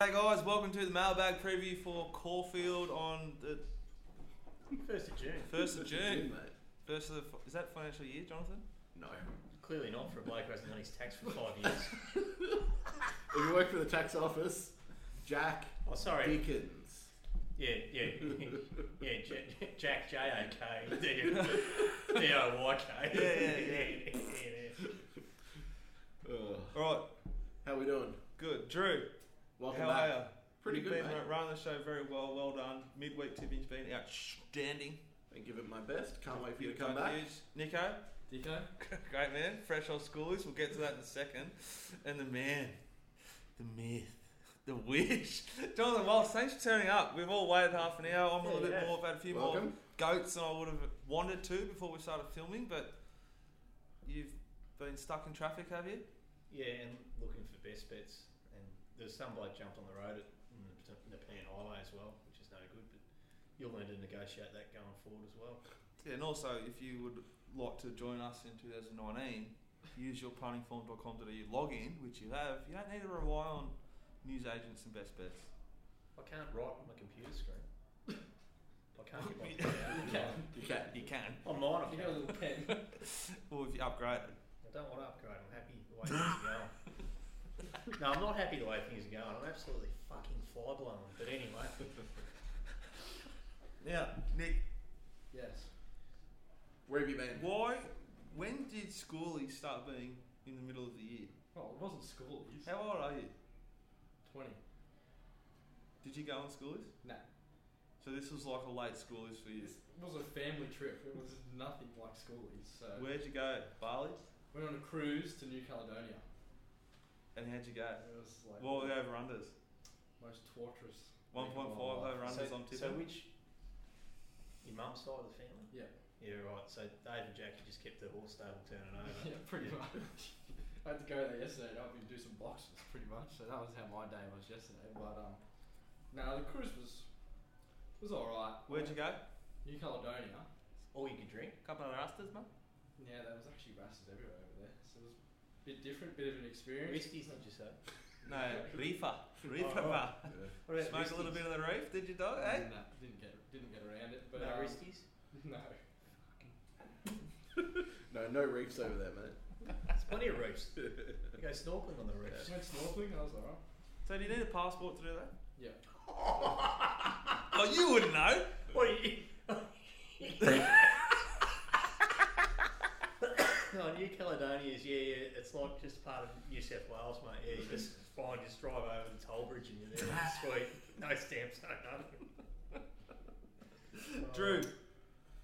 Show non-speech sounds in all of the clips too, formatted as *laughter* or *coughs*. Hey guys, welcome to the mailbag preview for Caulfield on the First of June. first of June. mate. First of the, is that financial year, Jonathan? No. Clearly not for a bloke who hasn't done his tax for five years. If you work for the tax office, Jack Oh, sorry. Dickens. Yeah, yeah, yeah. J- Jack J A K D D O Y Yeah, K. yeah, yeah. Ugh. All right, How we doing? good. Drew, Welcome how back. are you? Pretty You've good, Been mate. running the show very well. Well done. Midweek tipping's been outstanding. And give it my best. Can't wait for you to You've come done back. huge. Nico, Dico? *laughs* great man. Fresh old schoolies. We'll get to that in a second. And the man, the myth. The wish. *laughs* Jonathan Walsh, thanks for turning up. We've all waited half an hour. I'm a little Yeah, bit yeah. more. I've had a few more Welcome. goats than I would have wanted to before we started filming, but you've been stuck in traffic, have you? Yeah, and looking for best bets. And there's some bloke jumped on the road at in the Nepean Highway as well, which is no good. But you'll learn to negotiate that going forward as well. Yeah, and also, if you would like to join us in 2019, use your punningform.com.au login, which you have. You don't need to rely on news agents and best bets. I can't write on my computer screen. I can't get my computer out. You can. *laughs* You can. On mine, I can. You got a little *laughs* pen. Or if you upgrade it. I don't want to upgrade. I'm happy the way things are *laughs* going. No, I'm not happy the way things are going. I'm absolutely fucking fly blown. But anyway, Now, Nick, yes. Where have you been? why, when did schoolie start being in the middle of the year? Well, it wasn't school. It was How old are you? 20. Did you go on schoolies? Nah. So this was like a late schoolies for you. It was a family trip. It was nothing like schoolies. So Where'd you go? Bali? went on a cruise to New Caledonia. And how'd you go? It was like What were the over unders? most torturous. 1.5 Oh, over unders so, on so tipping? which your mum's side of the family? Yeah. Yeah, right. So Dave and Jackie just kept the horse stable turning *laughs* yeah, over. pretty much. *laughs* I had to go there yesterday to help him do some boxes, pretty much. So that was how my day was yesterday. But um, no, the cruise was was all right. Where'd you go? New Caledonia. All you could drink. Couple of rastas, mate? Yeah, there was actually rastas everywhere over there. So it was a bit different, bit of an experience. Wristies, did you say? No, reefer. Reefer, Oh. bar. Yeah. What about Smoke a little wristies? bit of the reef, did you, dog? Nah, Eh? didn't get didn't get around it, but no *laughs* um, wristies. no. No, no reefs over there, mate. There's plenty of *laughs* roofs. You go snorkeling on the roofs. Just went snorkeling. I was "Oh." alright. So do you need a passport to do *laughs* that? Yeah. Oh, you wouldn't know. *laughs* What are you? no, New Caledonia's, yeah, yeah, it's like just part of New South Wales, mate. Yeah, you *laughs* just fine, just drive over the toll bridge and you're there. Sweet. No stamps, no *laughs* nothing. Drew,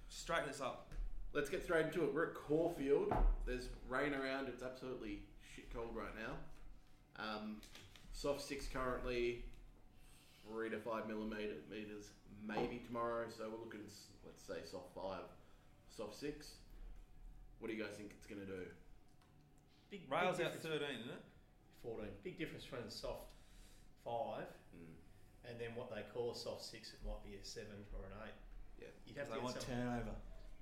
straighten this up. Let's get straight into it. We're at Caulfield. There's rain around. It's absolutely shit cold right now. Um, soft six currently. Three to five millimeter meters maybe tomorrow. So we're looking, s- let's say, soft five, soft six. What do you guys think it's going to do? Big, Rails big out difference- 13, isn't it? 14. Big difference between the soft 5 Mm. Hmm. and then what they call a soft 6, it might be a 7 or an 8. Yeah. You'd have They to get want some, turnover.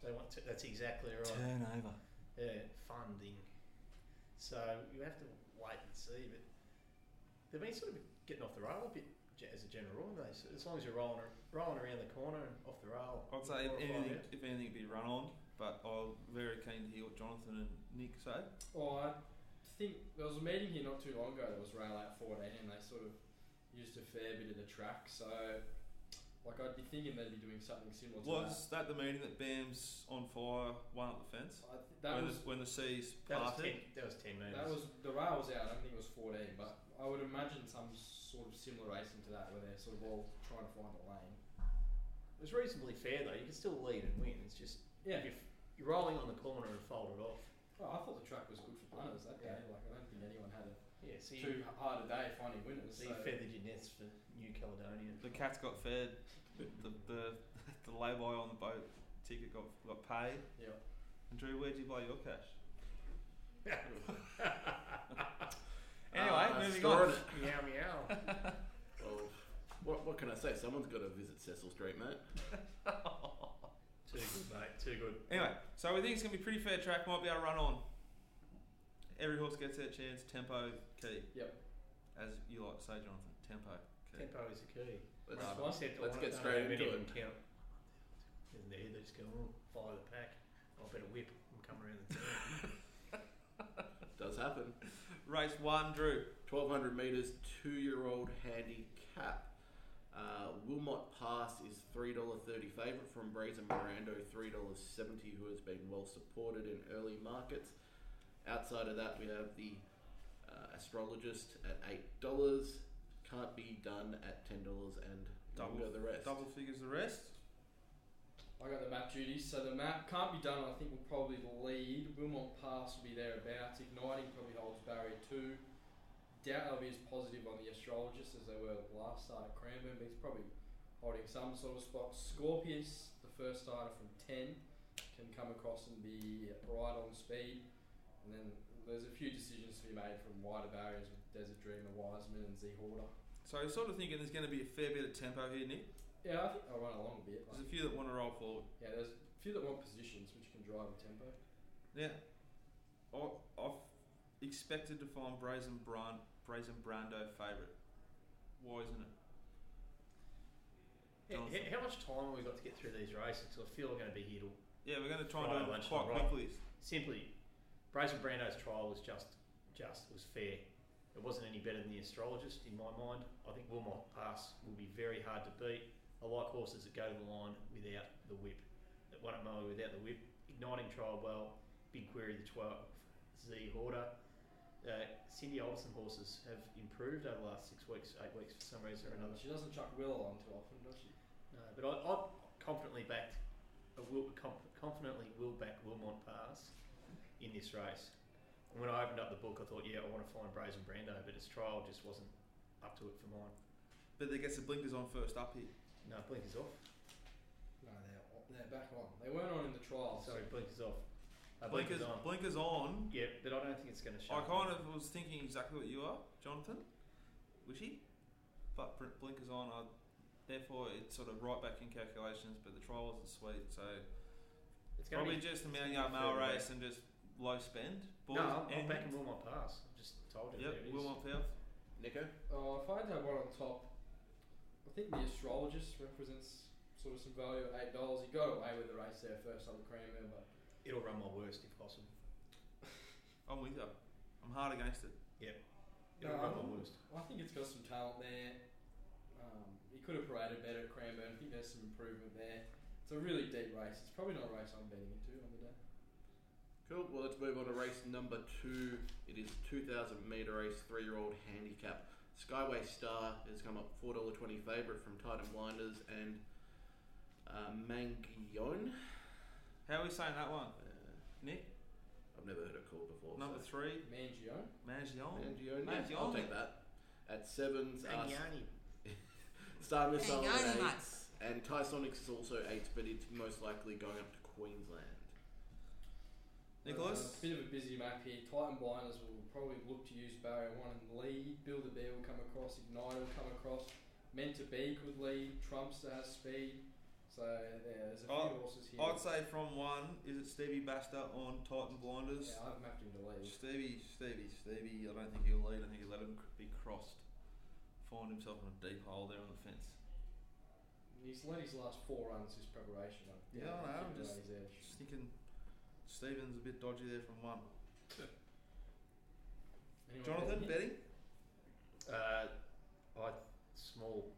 they want to, That's exactly right. Turnover. yeah, uh, funding. So you have to wait and see. But they've been sort of getting off the rail a bit ge- as a general rule. haven't They, so as long as you're rolling, ar- rolling around the corner and off the rail. I'd say four if or five anything, out. if anything, it'd be run on. But I'm very keen to hear what Jonathan and Nick say. Well, Oh, I think there was a meeting here not too long ago that was rail out 14, and they sort of used a fair bit of the track. So, like, I'd be thinking they'd be doing something similar to Was that the meeting that Bam's on fire, one up the fence? that. I th- that when, was the, when the seas That was, parted? ten, that was 10 metres. that was the rail was out. I think it was 14, but I would imagine some sort of similar racing to that, where they're sort of all trying to find a lane. it was reasonably fair though. You could still lead and win. It's just Yeah. if you're, f- you're rolling on the corner and fold it off. Oh, I thought the track was good for punters that day. Yeah. Like, I don't think anyone had a Yeah, so you, too hard a day finding winners. *laughs* so So, you feathered your nets for New Caledonia. *laughs* The cat's got fed. The the, *laughs* the lay by on the boat ticket got got paid. yeah. And Drew, where'd you blow your cash? Anyway, Ah, moving store on. it. meow meow. Well, what, what can I say? Someone's got to visit Cecil Street, mate. too good, mate. Too good. Anyway, so we think it's gonna be pretty fair track. Might be able to run on. Every horse gets their chance. Tempo key, Yep. as you like to say, Jonathan. Tempo. Okay. Tempo is the key. Let's, Right. What? Except I uh, let's wanna get know straight how many into of it. them Count. And there they just go, oh, follow the pack. I better whip and come around *laughs* the turn. Does happen. Race one, Drew. 1200 metres, two year old handicap. Uh, Wilmot Pass is $3.30 favourite from Brazen Mirando, $3.70, who has been well supported in early markets. Outside of that, we have the uh, Astrologist at $8. Can't be done at $10 and Double- double the rest. Double figures the rest. I got the map duties, so the map can't be done. I think will probably lead. Wilmot Pass will be thereabouts. Igniting probably holds Barry two. Doubt they'll be as positive on the astrologist as they were last start at Cranbourne, but he's probably holding some sort of spot. Scorpius, the first starter from ten, can come across and be right on speed. And then there's a few decisions to be made from wider barriers with Desert Dreamer, Wiseman, and Z Horder. So I'm sort of thinking there's going to be a fair bit of tempo here, Nick. Yeah, I think I'll run along a bit. There's a few that want to roll forward. Yeah, there's a few that want positions which can drive the tempo. Yeah. I, I've expected to find Brazen, Bran, Brazen Brando favourite. Why isn't it? Hey, Jonathan. h- how much time have we got to get through these races? 'Cause I feel we're going to be here till Yeah, we're going to try and Friday do it lunchtime, quite right. quickly. simply. Brazen Brando's trial was just, just was fair. It wasn't any better than the astrologist in my mind. I think Wilmot Pass will be very hard to beat. I like horses that go to the line without the whip. That won at Moa without the whip. Igniting trial well. Big query the 12 Z Horder. Uh, Cindy Alderson horses have improved over the last six weeks, eight weeks for some reason or another. She doesn't chuck Will along too often, does she? No, Uh, but I, I confidently backed, I will conf- confidently will back Wilmont Pass in this race. And when I opened up the book, I thought, yeah, I want to find Brazen Brando, but his trial just wasn't up to it for mine. But they gets the blinkers on first up here. No, blinkers off. No, they're, they're back on. They weren't on in the trial. Sorry, blinkers off. Uh, blinkers, blinkers, on. blinkers on. Yeah, but I don't think it's going to show. I up. kind of was thinking exactly what you are, Jonathan. Wishy. But br- blinkers on. I, therefore, it's sort of right back in calculations, but the trial wasn't sweet, so It's going probably to be. just a it's million gonna yard be mile further back. race and just low spend. Balls no, I'm, I'm and backing Wilmot Pass. I just told Yep, you. there it is. Wilmot Pouth. Nico? Uh, if I had to have one on top, I think the astrologist represents sort of some value at eight dollars. He got away with the race there first on the Cranmer, but It'll run my worst if possible. I'm with you. I'm hard against it. It'll No. run my worst. I think it's got some talent there. Um, he could have paraded better at Cranbourne. I think there's some improvement there. It's a really deep race. It's probably not a race I'm betting into on the day. Cool. Well, let's move on to race number two. It is 2,000 metre race, three-year-old handicap. Skyway Star has come up $4.20 favourite from Titan Blinders and uh, Mangione. How are we saying that one? Uh, Nick, I've never heard it called before. number so. three, Mangione. Mangione. Mangione. Mangione. I'll take that. At sevens, uh, Angiani. Star Hang Missile on, at mate. eights, and Tysonics is also eights, but it's most likely going up to Queensland. Nicholas? Uh, bit of a busy map here. Titan Blinders will probably look to use barrier one and lead. Build a Bear will come across. Ignite will come across. Meant to be could lead. Trumpster has speed. So yeah, there's a few Oh, horses Uh, here. I'd say from one, is it Stevie Basta on Titan Blinders? yeah, I've mapped him to lead. Stevie, Stevie, Stevie, I don't think he'll lead. I think he'll let him cr- be crossed. Find himself in a deep hole there on the fence. He's led his last four runs his preparation. I- Yeah, I know, I've I'm given just- away his edge. Just thinking Stevens a bit dodgy there from one. Anyone Jonathan, betting here? betting? Uh, I small.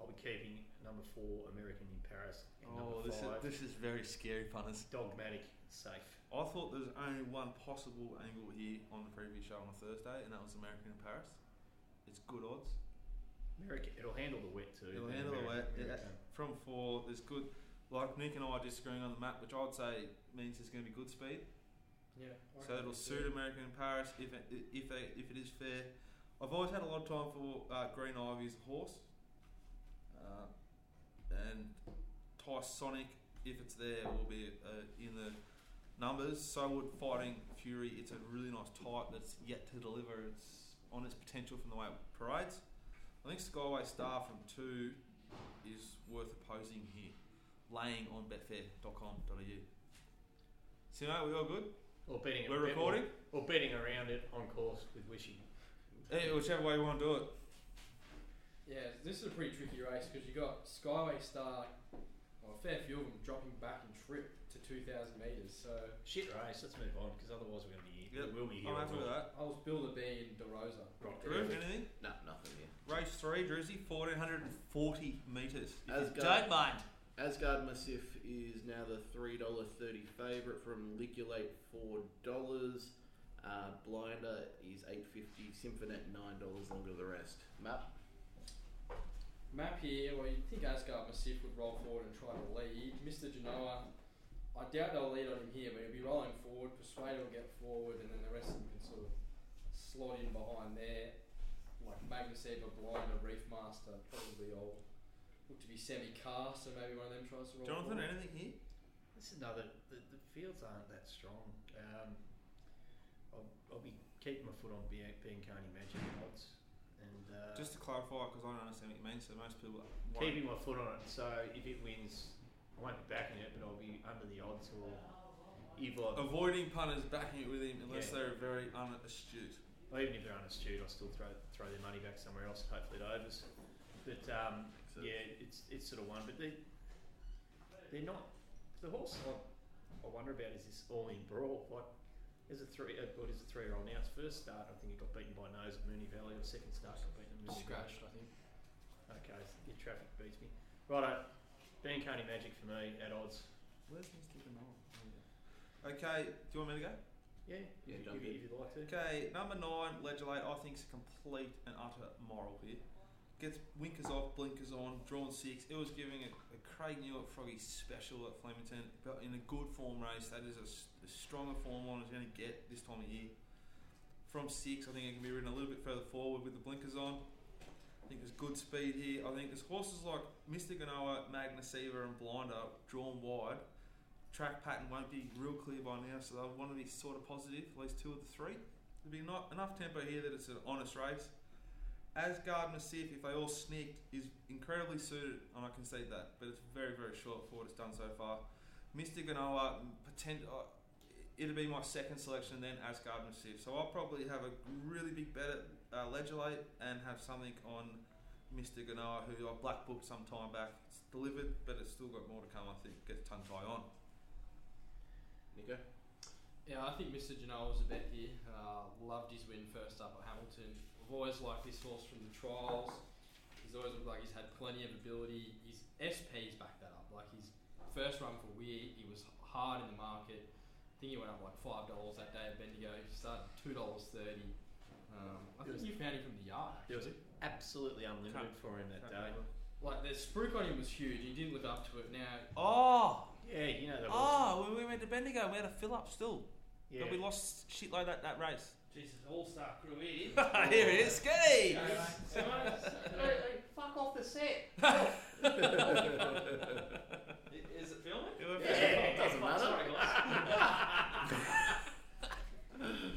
I'll be keeping number four American in Paris. And Oh, number this is, five this is very scary, punters. dogmatic safe. I thought there was only one possible angle here on the previous show on a Thursday, and that was American in Paris. It's good odds. American. It'll handle the wet too. It'll but handle the American- wet, yeah. American. From four, there's good. Like Nick and I are disagreeing on the map, which I'd say means there's going to be good speed. Yeah. So I reckon it'll he's suit good. American in Paris if it, if they, if it is fair. I've always had a lot of time for uh, Green Ivy as a horse, uh, and Tysonic if it's there will be uh, in the numbers. So would Fighting Fury. It's a really nice type that's yet to deliver its on its potential from the way it parades. I think Skyway Star from two is worth opposing here, laying on betfair.com.au. Simo, we all good? Or betting. We're bet- recording. Or, or betting around it on course with wishing. Hey, whichever way you want to do it. this is a pretty tricky race because you got Skyway Star, well, a fair few of them dropping back and trip to 2,000 metres. So Shit race. Let's move on because otherwise we're going to be here. Yep. We'll be here. I'm happy with that. I was Builder B and DeRosa. Rock Drew, anything? No, nothing here. Race three, Drizzy, 1440 metres. If As you go- don't mind. Asgard Massif is now the $3.30 favourite from Liculate $4. Uh, Blinder is eight fifty. Symphonet nine dollars longer than the rest. Map Map here, well, you'd think Asgard Massif would roll forward and try to lead. Mr. Genoa, I doubt they'll lead on him here, but he'll be rolling forward. Persuader will get forward, and then the rest of them can sort of slot in behind there. Like Magnus Eva, Blind, a Reef Master, probably all look to be semi cast, so maybe one of them tries to roll Jonathan, forward. anything here? This is another. The, the fields aren't that strong. Um, I'll, I'll be keeping my foot on being Carney Magic odds and uh, Just to clarify, because I don't understand what you mean, so most people won't. keeping my foot on it. So if it wins, I won't be backing it, but I'll be under the odds or if I, Avoiding punters backing it with him unless Yeah. they're very unastute. well, even if they're unastute, I'll still throw throw their money back somewhere else. Hopefully, it overs. But um, So- yeah, it's it's sort of one, but they they're not the horse. I, I wonder about is this all in brawl? Like, is a three? Uh, what is a three-year-old now? Its first start, I think it got beaten by nose at Mooney Valley. Or second start, got beaten at Mooney Scratched, I think. Valley. Okay, so your traffic beats me. Righto, being Coney Magic for me at odds. Where's Mr. Bernard? Okay, do you want me to go? Yeah, if, Yeah, you- jump if, you- if you'd like to. Okay, number nine, Legilate, I think is a complete and utter moral here. Gets winkers off, blinkers on, drawn six. It was giving a, a Craig Newitt Froggy special at Flemington, but in a good form race. That is a s- as strong a form one is going to get this time of year. From six, I think it can be ridden a little bit further forward with the blinkers on. I think there's good speed here. I think there's horses like Mr. Ganoa, Magnus Eva, and Blinder drawn wide. Track pattern won't be real clear by now, so they'll want to be sort of positive, at least two of the three. There'll be not enough tempo here that it's an honest race. Asgard Massif, if they all sneaked, is incredibly suited, and I concede that, but it's very, very short for what it's done so far. Mr. Ganoa, potent, uh, it'll be my second selection, then Asgard Massif. So I'll probably have a really big bet at uh, Legilate and have something on Mr. Ganoa, who I black booked some time back. It's delivered, but it's still got more to come, I think. Gets tongue tie on. Nico. Yeah, I think Mr. Genoa was a bet here. Uh, loved his win first up at Hamilton. I've always liked this horse from the trials. He's always looked like he's had plenty of ability. His SP's backed that up. Like his first run for Weir, he was hard in the market. I think he went up like five dollars that day at Bendigo. He started two dollars thirty. Um, I It was- think you found him from the yard. There Actually. was absolutely Can't- unlimited for him that day. Like the spruik on him was huge. He didn't live up to it. Now Oh, Yeah, you know that. oh, when we went to Bendigo, we had a fill up still. yeah. But we lost shit like that that *laughs* race. Jesus, all star crew here. Here it is, *laughs* Skinny! Fuck off the set. Is it filming? Yeah, doesn't matter. Sorry, guys. *laughs*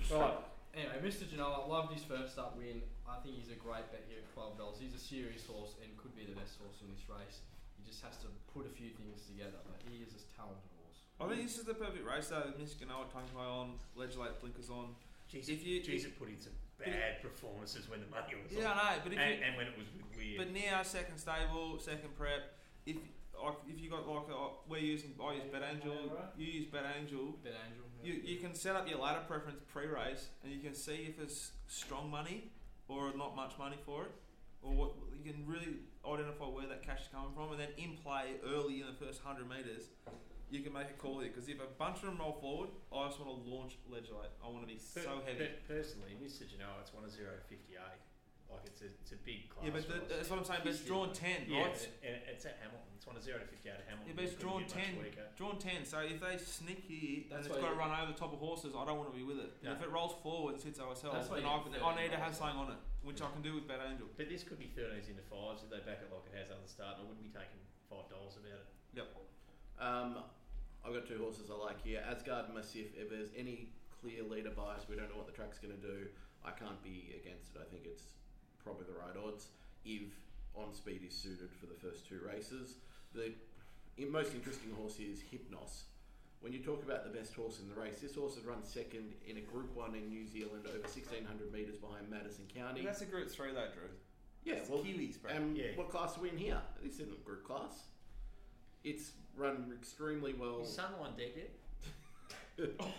Right. Anyway, Mr. Janela loved his first up win. I think he's a great bet here at twelve dollars. He's a serious horse and could be the best horse in this race. He just has to put a few things together, but he is a talented horse. I think this is the perfect race though. with Miss Ganoa, tongue tie on, Legilate blinkers on. Jeez, If you- Jeez, it put in some bad performances when the money was Yeah, on, I know, but if you, and, and when it was with weird. But now, second stable, second prep. If like, if you got like a, we're using, I use Bet Angel, you use Bet Angel. Bet Angel. You you can set up your ladder preference pre-race, and you can see if it's strong money or not much money for it, or what you can really identify where that cash is coming from, and then in play early in the first hundred meters. You can make a call here because if a bunch of them roll forward, I just want to launch Legilate. I want to be Per- so heavy. per- personally, Mr. Genoa, it's one of zero fifty eight. Like it's a, it's a big class. Yeah, but the, rise. that's what I'm saying. But it's drawn ten, right? yeah, but it- and it's at Hamilton. It's one of zero to fifty eight at Hamilton. Yeah, but it's Couldn't drawn get 10. much weaker. Drawn 10, so if they sneak here and That's it's why got to you- run over the top of horses, I don't want to be with it. No. If it rolls forward, sits ourselves, That's then why you I, can- I get need to 13 have something on it, which I can do with Bad Angel. But this could be thirteens into fives if they back it like it has at the start, and I wouldn't be taking five dollars about it. Um, I've got two horses I like here. Asgard Massif. If there's any clear leader bias, we don't know what the track's going to do. I can't be against it. I think it's probably the right odds. If on speed is suited for the first two races, the in- most interesting horse is Hypnos. When you talk about the best horse in the race, this horse has run second in a Group One in New Zealand over 1600 meters behind Madison County. That's a group 3 though, Drew. Yeah, It's the well, Kiwis, bro. Um, yeah. What class are we in here? This isn't group class. It's run extremely well. Is someone dead yet? *laughs*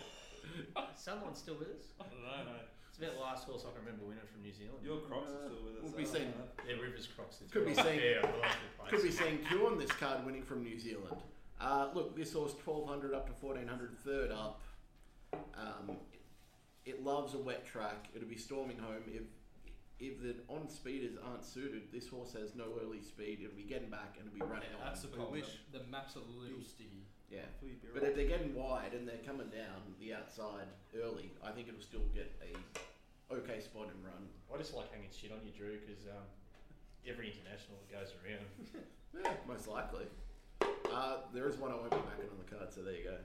Someone still with us? I don't know, mate. It's about the last horse I can remember winning from New Zealand. Uh, Your Crocs are still with us. We'll be aren't seeing- they? Yeah, Rivers Crocs. did Could be well. seen. Yeah, I like the place. Could be seeing two on this card winning from New Zealand. Uh, look, this horse 1200 up to 1400, third up. Um, it loves a wet track. It'll be storming home. If if the on speeders aren't suited, this horse has no early speed. It'll be getting back and it'll be running on. that's the problem. wish. The map's a little sticky. Yeah. Will you be But right? if they're getting wide and they're coming down the outside early, I think it'll still get a okay spot and run. I just like hanging shit on you, Drew, because um, every international that goes around. Yeah, most likely. Uh, there is one I won't be backing on the card, so there you go.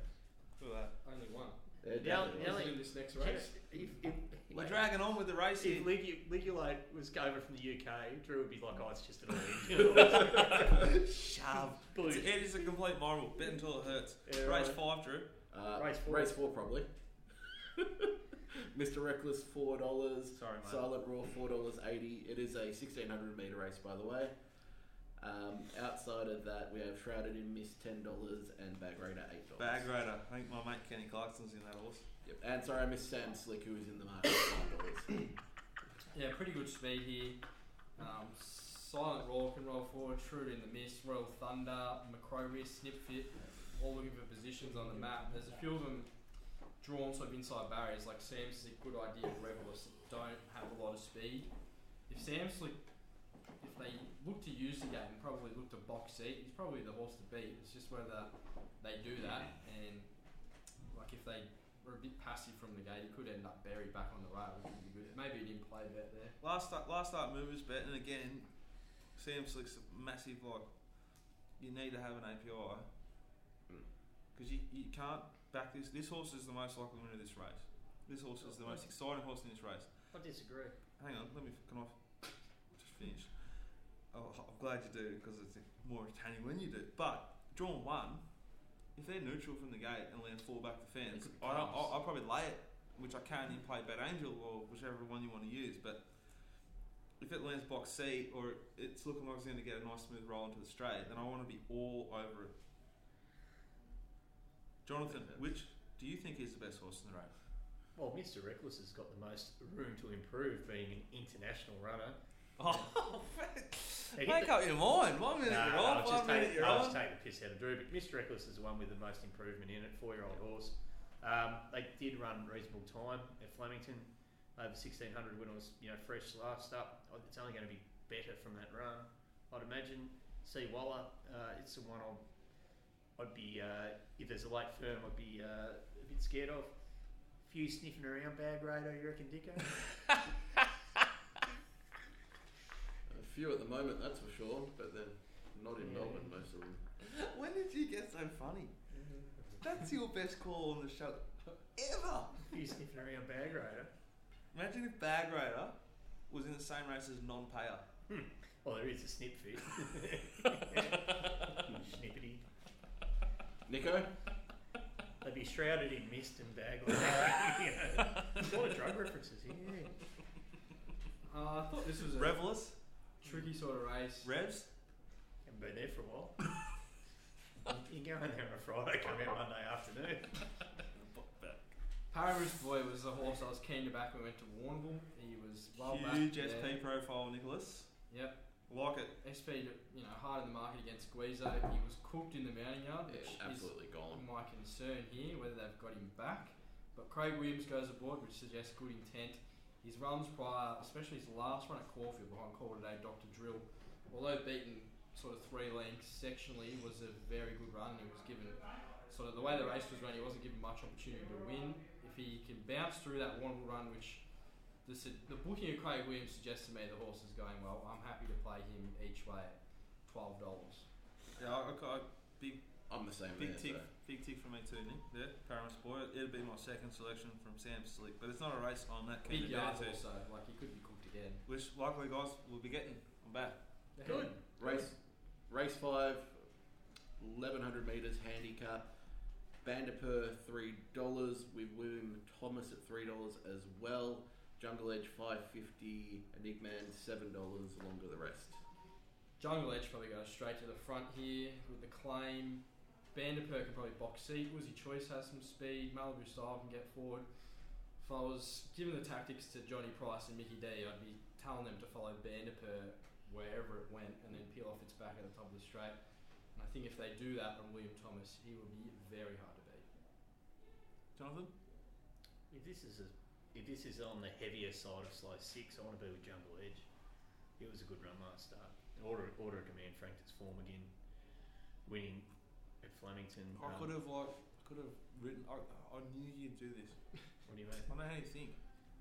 Look at Only one. There Yeah, definitely yeah, is. Is like- it in this next race. If, if, that. We're dragging on with the race here. if Ligu- Ligulate was over from the UK, Drew would be like, oh, it's just *laughs* an all *laughs* Shove. *laughs* It's- It is a complete moral. Bet until it hurts. Yeah, race right. five, Drew. Uh, Race four. Race four, probably. *laughs* Mr. Reckless, four dollars. Sorry, mate. Silent Raw, four dollars eighty. It is a sixteen hundred meter race, by the way. Um, outside of that, we have Shrouded in Miss, ten dollars, and Bag Raider, eight dollars. Bag Raider. I think my mate Kenny Clarkson's in that horse. Yep. And sorry, I missed Sam Slick, who is in the market, *coughs* five dollars. Yeah, pretty good speed here. Um, Silent Roar can roll forward, Shrewd in the Mist, Royal Thunder, Macrobius, Snipfit, all looking for positions on the map. There's a few of them drawn sort of inside barriers, like Sam's is a good idea if regulars don't have a lot of speed. If Sam's Slick, if they look to use the game, probably look to box seat, he's probably the horse to beat. It's just whether they do that and like if they were a bit passive from the gate, he could end up buried back on the rail, which would be good. Maybe he didn't play bet there. Last start, last start movers bet, and again, Sam Slick's a massive like. You need to have an API Mm. because you, you can't back this. This horse is the most likely winner of this race. This horse is the most exciting horse in this race. I disagree. Hang on, let me can I f- just finish? Oh, I'm glad you do because it's more entertaining when you do. But drawn one, if they're neutral from the gate and land four back the fence, They could I don't, pass. I'll, I'll probably lay it, which I can in play Bad Angel or whichever one you want to use. But if it lands box C or it's looking like it's going to get a nice smooth roll into the straight, then I want to be all over it. Jonathan, Makes sense. which do you think is the best horse in the race? Well, Mr. Reckless has got the most room to improve being an international *laughs* runner. Oh, Hey, make up your mind. One minute Nah, you're I'll off, just one minute take, you're I'll on. just take the piss out of Drew, but Mr. Reckless is the one with the most improvement in it, four year old horse. Um, they did run reasonable time at Flemington, over 1600 when it was you know fresh last up. Oh, It's only going to be better from that run, I'd imagine. See Waller, uh, it's the one I'll, I'd be, uh, if there's a late firm, I'd be uh, a bit scared of. Few sniffing around bag radar, you reckon, Dicko? A few at the moment, that's for sure, but then not in Yeah. Melbourne, most of them. When did you get so funny? That's your best call on the show ever. few sniffing around bag radar. Imagine if Bag Raider was in the same race as Non Payer. Well, there is a snip fit. Snippety. Nico? They'd be shrouded in mist and bag. There's a lot of drug references here. Uh, I thought this was a Revelous, tricky sort of race. Revs. Haven't been there for a while. you go in there on a Friday, come out Monday afternoon. Paris Boy was the horse I was keen to back when we went to Warrnambool. He was well back. Huge there. SP profile, Nicholas. Yep. Like it. SP, you know, hard in the market against Guizo. He was cooked in the mounting yard, Yeah, which is absolutely gone. my concern here, whether they've got him back. But Craig Williams goes aboard, which suggests good intent. His runs prior, especially his last run at Caulfield behind call today, Dr. Drill, although beaten sort of three lengths sectionally, was a very good run. It was given sort of the way the race was run, he wasn't given much opportunity to win. If he can bounce through that one run, which the, su- the booking of Craig Williams suggests to me the horse is going well, I'm happy to play him each way at $12. Yeah, I, I, I- I'm the same big tick, there, so. big tick for me too. Nick. Yeah, Paramount Sport. It'll be my second selection from Sam Slick, but it's not a race I'm that keen to Big get yards into, also, like he could be cooked again. which likely guys will be getting. I'm back. Good. Race, race five, 1100 meters handicap. Bandipur three dollars with William Thomas at three dollars as well. Jungle Edge five fifty, Enigman seven dollars, along with the rest. Jungle Edge probably goes straight to the front here with the claim. Bandipur can probably box seat. Woozy Choice has some speed. Malibu Style can get forward. If I was giving the tactics to Johnny Price and Mickey D, I'd be telling them to follow Bandipur wherever it went and then peel off its back at the top of the straight. And I think if they do that on William Thomas, he will be very hard to beat. Jonathan? If this is a, if this is on the heavier side of slice six, I want to be with Jungle Edge. It was a good run last start. Order order of command franked its form again, winning at Flemington. I um, could have like I could have written. I, I knew you'd do this. What do you I mean? don't know how you think.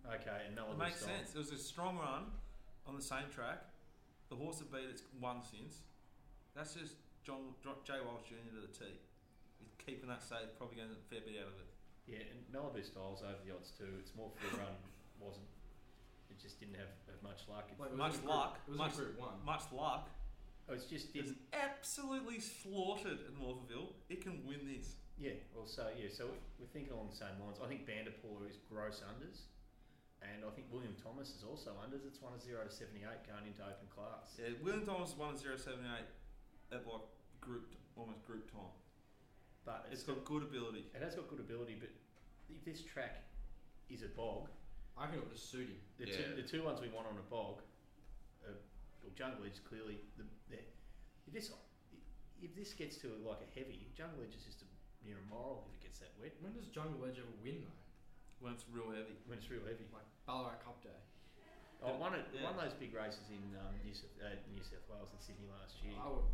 Okay, and Malibu It makes style. sense. It was a strong run on the same track. The horse had beat its one since. That's just John Dr- J. Walsh Jr. to the T. He's keeping that safe, probably going to fair bit out of it. Yeah, and Malibu styles over the odds too. It's more *laughs* for the run, wasn't. It just didn't have, have much luck. It, Like, it was Much in a luck, Group, it was much- in Group 1. Much luck. oh, it's just It's didn't. absolutely slaughtered at Morpheville. It can win this. Yeah. Well, so yeah. So we- we're thinking along the same lines. I think Vanderpool is gross unders, and I think William Thomas is also unders. It's one of zero to seventy eight going into open class. Yeah, William Thomas is 1078 at like group almost group time. But It's got good ability. It has got good ability, but if this track is a bog, I think it would just suit him. the, Yeah. two, the two ones we want on a bog, uh, well, Jungle Edge is clearly the, the if this if this gets to like a heavy Jungle Edge is just a near a moral if it gets that wet When does Jungle Edge ever win, though? When it's real heavy. when it's real heavy. Like Ballarat Cup Day. I won it, Yeah. won those big races in um, New, South, uh, New South Wales and Sydney last year. I would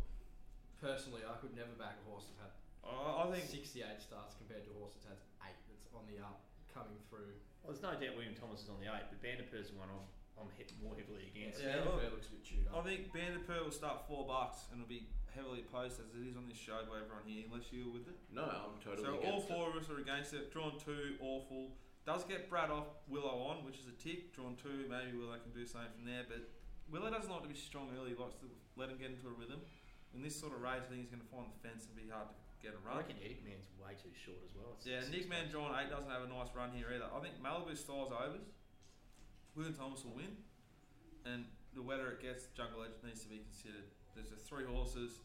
personally, I could never back a horse that had I, I think 68 starts compared to a horse that has eight that's on the up coming through. Well, there's no doubt William Thomas is on the eight, but Vanderpeer's the one I'm, I'm hit more heavily against. Yeah. Vanderbilt well, looks a bit chewed I up. think Bandipur will start four bucks and it'll be heavily opposed as it is on this show by everyone here, unless you're with it. No, I'm totally. so all against it. four of us are against it. Drawn two, awful. Does get Brad off Willow on, which is a tick. Drawn two, maybe Willow can do something from there. But Willow doesn't like to be strong early. He likes to let him get into a rhythm. In this sort of race, I think he's going to find the fence and be hard to get a I run. reckon Edic Man's way too short as well. It's Yeah, six Nick Man months. drawn eight doesn't have a nice run here either. I think Malibu styles overs. William Thomas will win, and the wetter it gets, Jungle Edge needs to be considered. There's the three horses.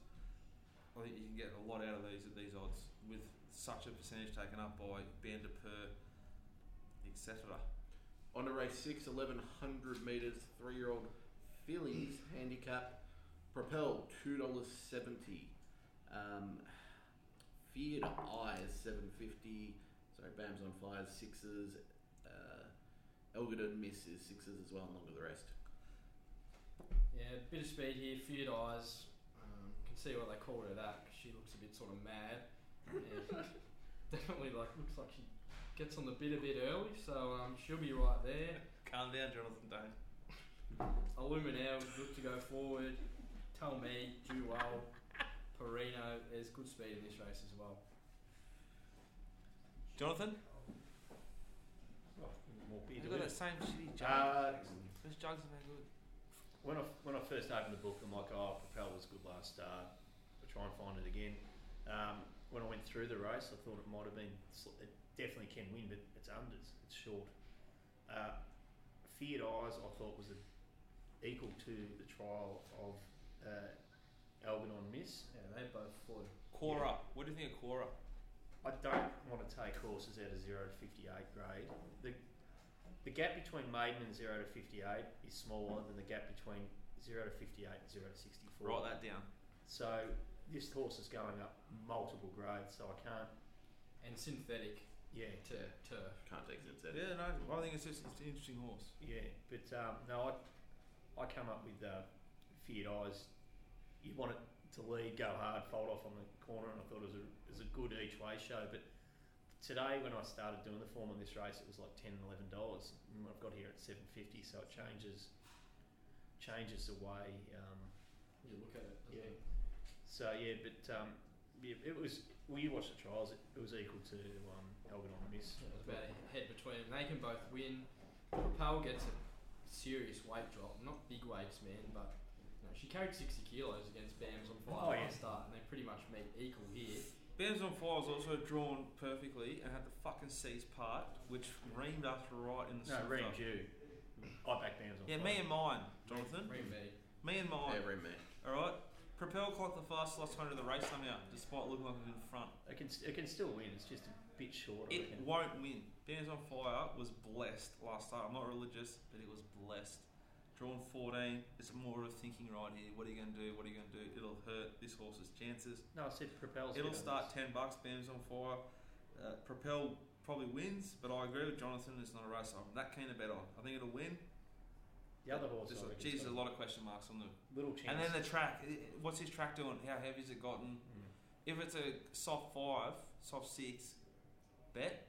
I think you can get a lot out of these at these odds with such a percentage taken up by Bender per, etc. On to race six, 1100 metres, three year old fillies handicap. Propel, $2.70. Um, Feared Eyes, 750 Sorry, Bam's on Fires, sixes. Uh, Elgidon misses sixes as well, along with the rest. Yeah, bit of speed here, feared eyes. Um, can see why they called her that 'cause she looks a bit sort of mad. And *laughs* definitely like looks like she gets on the bit a bit early, so um, she'll be right there. Calm down, Jonathan. Don't. Illuminare was good to go forward. Tell me, do well. Perino, there's good speed in this race as well. Jonathan, Oh, more beer you delivered. got that same shitty jug. Uh, Those jugs are no good. when I when I first opened the book, I'm like, oh, Propel was good last start. I'll try and find it again. Um, when I went through the race, I thought it might have been. sl- It definitely can win, but it's unders. It's short. Uh, Feared Eyes, I thought was a, equal to the trial of uh, Albinon Miss. Yeah, they both flew. Cora, what do you think of Cora? I don't want to take horses out of zero to fifty-eight grade. The the gap between maiden and zero to fifty-eight is smaller than the gap between zero to fifty-eight and zero to sixty-four. Write that down. So this horse is going up multiple grades, so I can't. And synthetic Yeah, to turf. Can't take Zinzette. Yeah, no, I think it's just it's an interesting horse. yeah. But um, no, I I come up with uh, feared eyes. You want it to lead, go hard, fold off on the corner, and I thought it was a, it was a good each way show. But today, when I started doing the form on this race, it was like ten, eleven dollars, and I've got here at seven fifty. So it changes changes the way. Um, You look at it. Yeah. So yeah, but um, yeah, it was. Well, you watched the trials. It, it was equal to um, Albion Miss. It was about a head between them. They can both win. Propel gets a serious weight drop. Not big weights, man, but you know, she carried 60 kilos against Bams on fire Oh, last yeah. start, and they pretty much meet equal here. Bands on Fire was also drawn perfectly and had the fucking C's part, which reamed us right in the No, center. Reem Jew. I back Bams on Yeah, me Friday. and mine, Jonathan. Ring me. Me and mine. Every man. All right. Propel clocked the fastest last hundred of the race somehow, despite looking like it was in front. It can, it can still win, it's just a bit short. I It reckon. won't win. Bands on Fire was blessed last start. I'm not religious, but it was blessed. Drawn 14. It's more of thinking right here. What are you going to do? What are you going to do? It'll hurt this horse's chances. No, I said propels. It'll good start on this. 10 bucks. Bands on Fire. Uh, Propel probably wins, but I agree with Jonathan. It's not a race I'm that keen to bet on. I think it'll win. The other horse. Just, I reckon's geez, got there's a lot of question marks on them. Little chance. And then the track. i- What's his track doing? How heavy's it gotten? Mm. If it's a soft five, soft six, bet.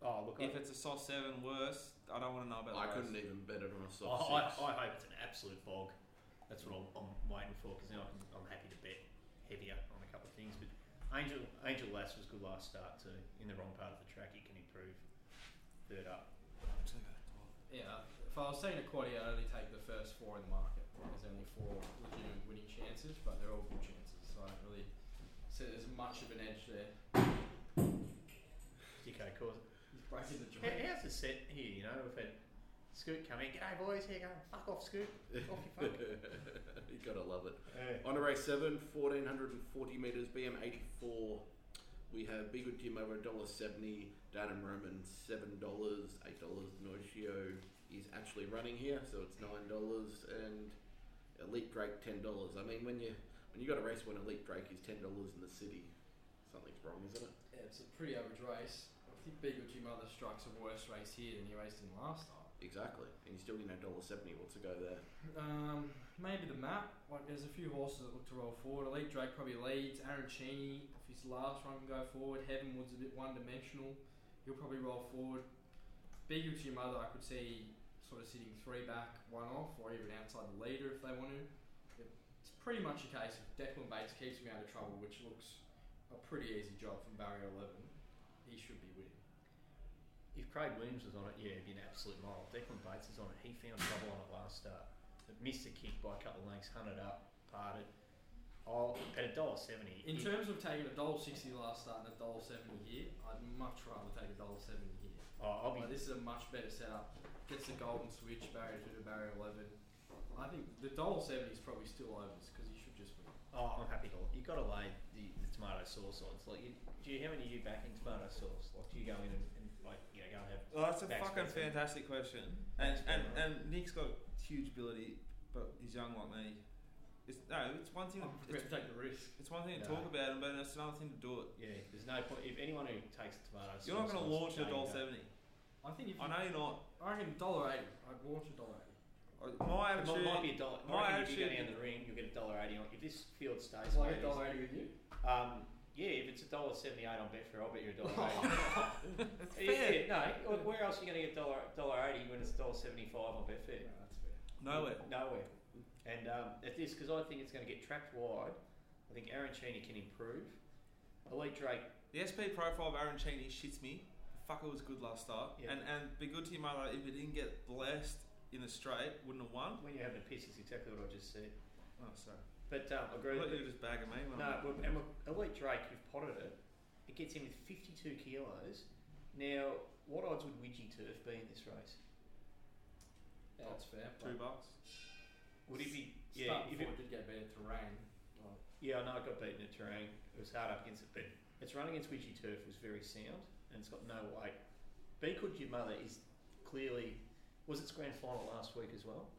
Oh, look, I, If it's a soft seven, worse. I don't want to know about. the I race. couldn't e- even bet it on I, a soft I, six. I hope it's an absolute bog. That's what I'm, I'm waiting for because now I can, I'm happy to bet heavier on a couple of things. But Angel Angel Lass was good last start too. In the wrong part of the track, he can improve. Third up. I'm so glad I thought. Yeah, if I was taking a quaddy, I'd only take the first four in the market. There's only four legitimate winning chances, but they're all good chances, so I don't really see there's much of an edge there. Dicko cause. He's breaking the How, drink. how's the set here? You know, we've had Scoot come in. G'day boys, here you go. Fuck off, Scoot. Off your fuck. you gotta love it. On to race 7, 1440 metres, BM84. We have Big Good Jim over $1.70, Datum Roman $7, $8. Noisio is actually running here, so it's $9, and Elite Drake $10. I mean, when you when you got a race when Elite Drake is $10 in the city, something's wrong, isn't it? Yeah, it's a pretty average race. I think Beagle Jim Mother strikes a worse race here than he raced in last time. Exactly. And you still didn't have $1.70. What's to go there? Um, maybe the map. Like, there's a few horses that look to roll forward. Elite Drake probably leads. Aaron Cheney, if his last run can go forward. Heavenwood's a bit one-dimensional. He'll probably roll forward. Big Uchi Mother, I could see sort of sitting three back, one off, or even outside the leader if they want to. It's pretty much a case of Declan Bates keeps me out of trouble, which looks a pretty easy job from barrier 11. He should be winning. If Craig Williams was on it, yeah, it'd be an absolute mile. Declan Bates is on it. He found trouble on it last start. It missed a kick by a couple of lengths, hunted up, parted. I'll, at a dollar seventy. In he- terms of taking a dollar sixty last start and a dollar seventy here, I'd much rather take a dollar seventy here. oh, I'll be. Like, this is a much better setup. Gets the golden switch, barrier two to barrier eleven. I think the dollar seventy is probably still overs because you should just win. Oh, I'm happy to. You got to lay the, the tomato sauce odds. Like, you, do you? How many do you back in tomato sauce? Like, do you go in and, and like, you know, go and have? Oh, that's a Backspin. fucking fantastic question. And Backspin, and, right? and Nick's got huge ability, but he's young like me. It's no, it's one thing. I'm To, it's, prepared to take the risk. it's one thing to No. talk about, and but it's another thing to do it. Yeah, there's no point. If anyone who takes the tomato sauce, You're not going odds, to launch a they dollar go- seventy. I think if I you, know you're not. I reckon dollar eighty, I'd launch a dollar eighty. I- My It might, attitude. might be a dollar. my I reckon if you go attitude- down the ring, you'll get a dollar eighty on. If this field stays It's like it like a is, dollar eighty with you. Um, yeah, if it's a dollar seventy-eight on Betfair, I'll bet you a dollar eighty. It's yeah, *laughs* fair. yeah, no, wh- where else are you going to get dollar dollar eighty when it's dollar seventy-five on Betfair? No, that's fair. Nowhere. Nowhere. And um, at this, because I think it's going to get trapped wide. I think Aaron Cheney can improve. Elite Drake, The SP profile of Aaron Cheney shits me. Fucker was good last start, Yeah. and and be good to your mother. If it didn't get blessed in a straight, wouldn't have won. when you're having a piss, is exactly what I just said. Oh, sorry. But um, I I agree. thought you were With just bagging me. when no, I- well, and look, Elite Drake, you've potted it. It gets him with fifty-two kilos. Now, what odds would Widgie Turf be in this race? Yeah, that's fair. two but bucks. Would he be? Yeah, Start if it, before it did get better terrain. Like, Yeah, I know it got beaten at terrain. It was hard up against it, but its run against Widgie Turf was very sound and it's got no weight. Be Good Your Mother is clearly was its grand final last week as well.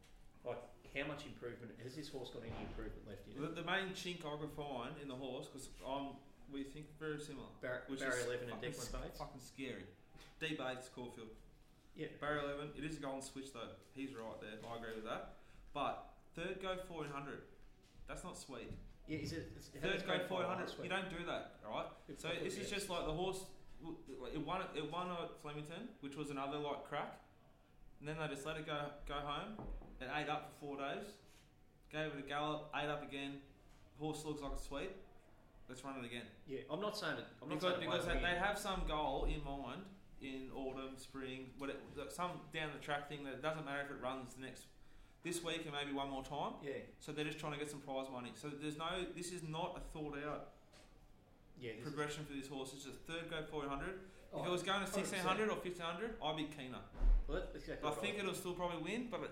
Like how much improvement has this horse got any improvement left in it? The, the main chink I could find in the horse, because I'm we think very similar. Bar- Which Barry is Eleven and fucking Declan sc- Bates. Fucking scary. D Bates, Caulfield. Yeah. Barry Eleven. It is a golden switch though. He's right there. I agree with that. But third go fourteen hundred. That's not sweet. Yeah, is it? It's, it had Third its go grand final fourteen hundred. last week. You don't do that, all right? It's So not this is good, yeah. just like the horse. It won. It won at Flemington, which was another like crack, and then they just let it go go home. It ate up for four days. Gave it a gallop. Ate up again. Horse looks like a sweet. Let's run it again. Yeah, I'm not saying it. I'm not because saying it because they, won't they win. have some goal in mind in autumn, spring, what it, some down the track thing that it doesn't matter if it runs the next this week and maybe one more time. Yeah, So they're just trying to get some prize money. So there's no. This is not a thought out yeah. this is- progression for this horse. It's just third go 400. If Oh, it was going to 100%. 1600 or 1500, I'd be keener. Well, that's exactly I right. think it'll still probably win, but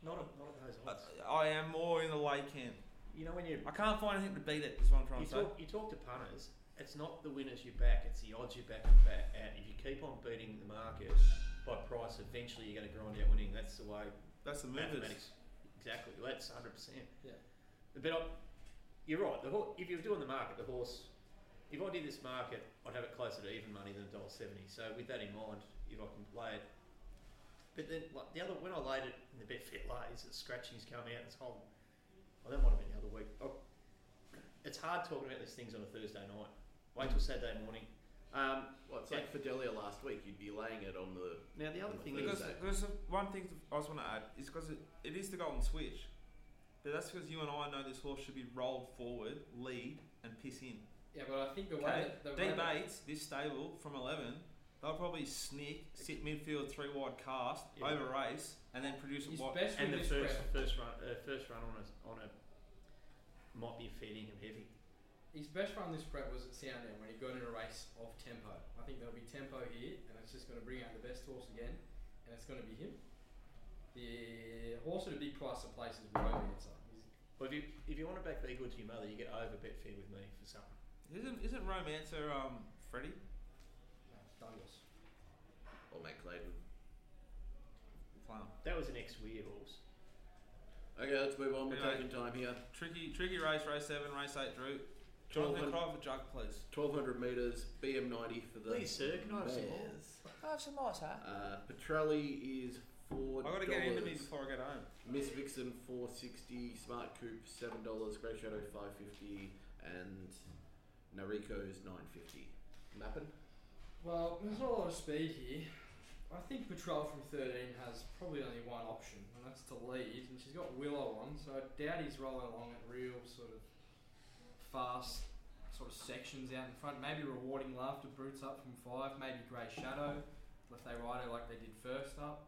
not at, not at those I, odds. I am more in the lay camp. you know when you I can't find anything to beat it. Is what I'm trying you to say. talk, you talk to punters, it's not the winners you back, it's the odds you back and back at. If you keep on beating the market by price, eventually you're going to grind out winning. That's the way That's the movers. mathematics. Exactly. Well, that's hundred percent. Yeah. But I, you're right. The horse, if you're doing the market, the horse. If I did this market, I'd have it closer to even money than dollar seventy. So with that in mind, if I can lay it. But then like, the other when I laid it in the Betfair lays, the scratchings come out. This whole. Well, that might have been the other week. Oh, it's hard talking about these things on a Thursday night. Wait till Saturday morning. Um, Well, it's like Fidelia last week. You'd be laying it on the. now the other thing Because is, Thursday. there's one thing I just want to add is because it, it is the golden switch, but that's because you and I know this horse should be rolled forward, lead, and piss in. Yeah, but I think the Okay. way that the D way that- Bates, this stable from eleven, they'll probably sneak, sit midfield, three wide cast, Yeah. over race, and then produce a He's wide. best and the with this first crowd. first run uh, first run on a on a might be feeding him heavy. His best run this prep was at Soundown when he got in a race of tempo. I think there'll be tempo here, and it's just going to bring out the best horse again, and it's going to be him. The horse at a big price of place is Romancer. He's- Well, if you if you want to back the eagle to your mother, you get over Betfair with me for something. Isn't isn't Romancer um Freddie? no, Douglas. Or Matt Clayton. Plum. That was an ex weird horse. Okay, let's move on. We're Anyway. taking time here. Tricky, tricky race, race seven, race eight, Drew. Jonathan Jonathan. Cry for jug, please. 1200 metres, BM90 for the. Please, sir, can I have some more? Bears. I have some ice, huh? Uh, Petrelli is four. I gotta get into me dollars. before I get home. Miss Vixen four sixty, Smart Coupe seven dollars, Grey Shadow five fifty, and Nariko's nine fifty. *laughs* Mappin. Well, there's not a lot of speed here. I think Patrol from 13 has probably only one option, and that's to lead, and she's got Willow on, so I doubt he's rolling along at real sort of fast sort of sections out in front. Maybe rewarding laughter brutes up from five, maybe Grey Shadow, if they ride her like they did first up.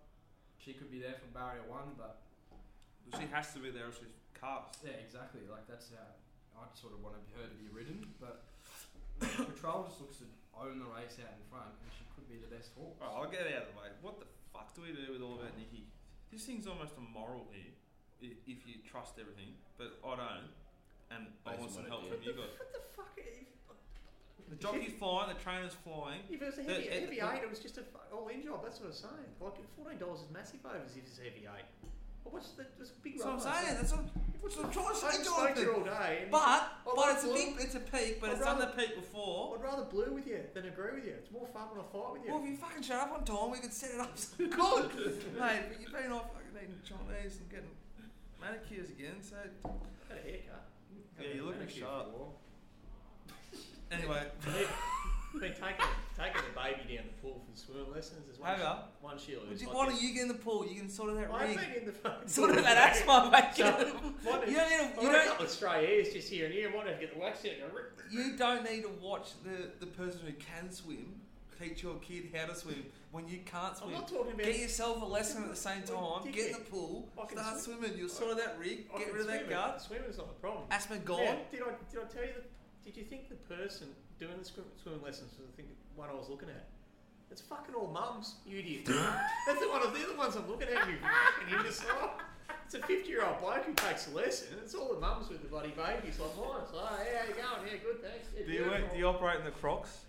She could be there from barrier one, but She has to be there or she's cast. yeah, exactly. Like that's how I'd sort of want to be- her to be ridden, but Patrol just looks to own the race out in front, and she could be the best horse. Alright, I'll get out of the way. What the fuck do we do with all about Nikki? This thing's almost immoral here, i- if you trust everything, but I don't. And I want Based on some what I help did. from you *laughs* guys. What the fuck? If, The jockey's flying, the trainer's flying. *laughs* if it was a The- heavy, it- heavy the- eight, it was just a fu- all in job. That's what I was saying. Like fourteen dollars is massive overs if it's a heavy eight. But what's the there's a That's big what I'm roll saying. last That's what, that's what I'm trying to night. say, I smoked her Jonathan. all day. and- But, I'd but rather it's a blue- big, it's a peak, but I'd it's done the rather- peak before. I'd rather blue with you than agree with you. It's more fun when I fight with you. Well, if you fucking shut up on time, we could set it up *laughs* so *laughs* good, mate. But you've been off fucking eating Chinese and getting manicures again, so Had a haircut. yeah, you're looking Manicure sharp. for- Anyway, Been taking taking the baby down the pool for swimming lessons. There's one, Homer, one Sheila. would who's you, like why this. don't you get in the pool? You can sort of that I've rig, been in the fucking sort of that asthma, mate. *laughs* So, You what don't if- need I to, you want a don't. couple of stray hairs just here and here. I want to get the wax out and go. "Rip." You don't need to watch the, the person who can swim teach your kid how to swim when you can't I'm swim. not talking about. Get yourself a lesson at the same Well, time. dickhead. Get in the pool, I can start swim. swimming. You'll sort of that rig, I get can rid of that swim, but gut. Swimming's not the problem. Asthma gone. Now, did I did I tell you the, Did you think the person doing the swim, swimming lessons was the thing, one I was looking at? It's fucking all mums, *laughs* you idiot. That's the one of the other ones I'm looking at. You fucking imbecile. It's a 50 year old bloke who takes a lesson. It's all the mums with the bloody babies like mine. It's like, hey, how you going? Yeah, good, thanks. Yeah, Do you, beautiful." do you operate in the Crocs? *laughs*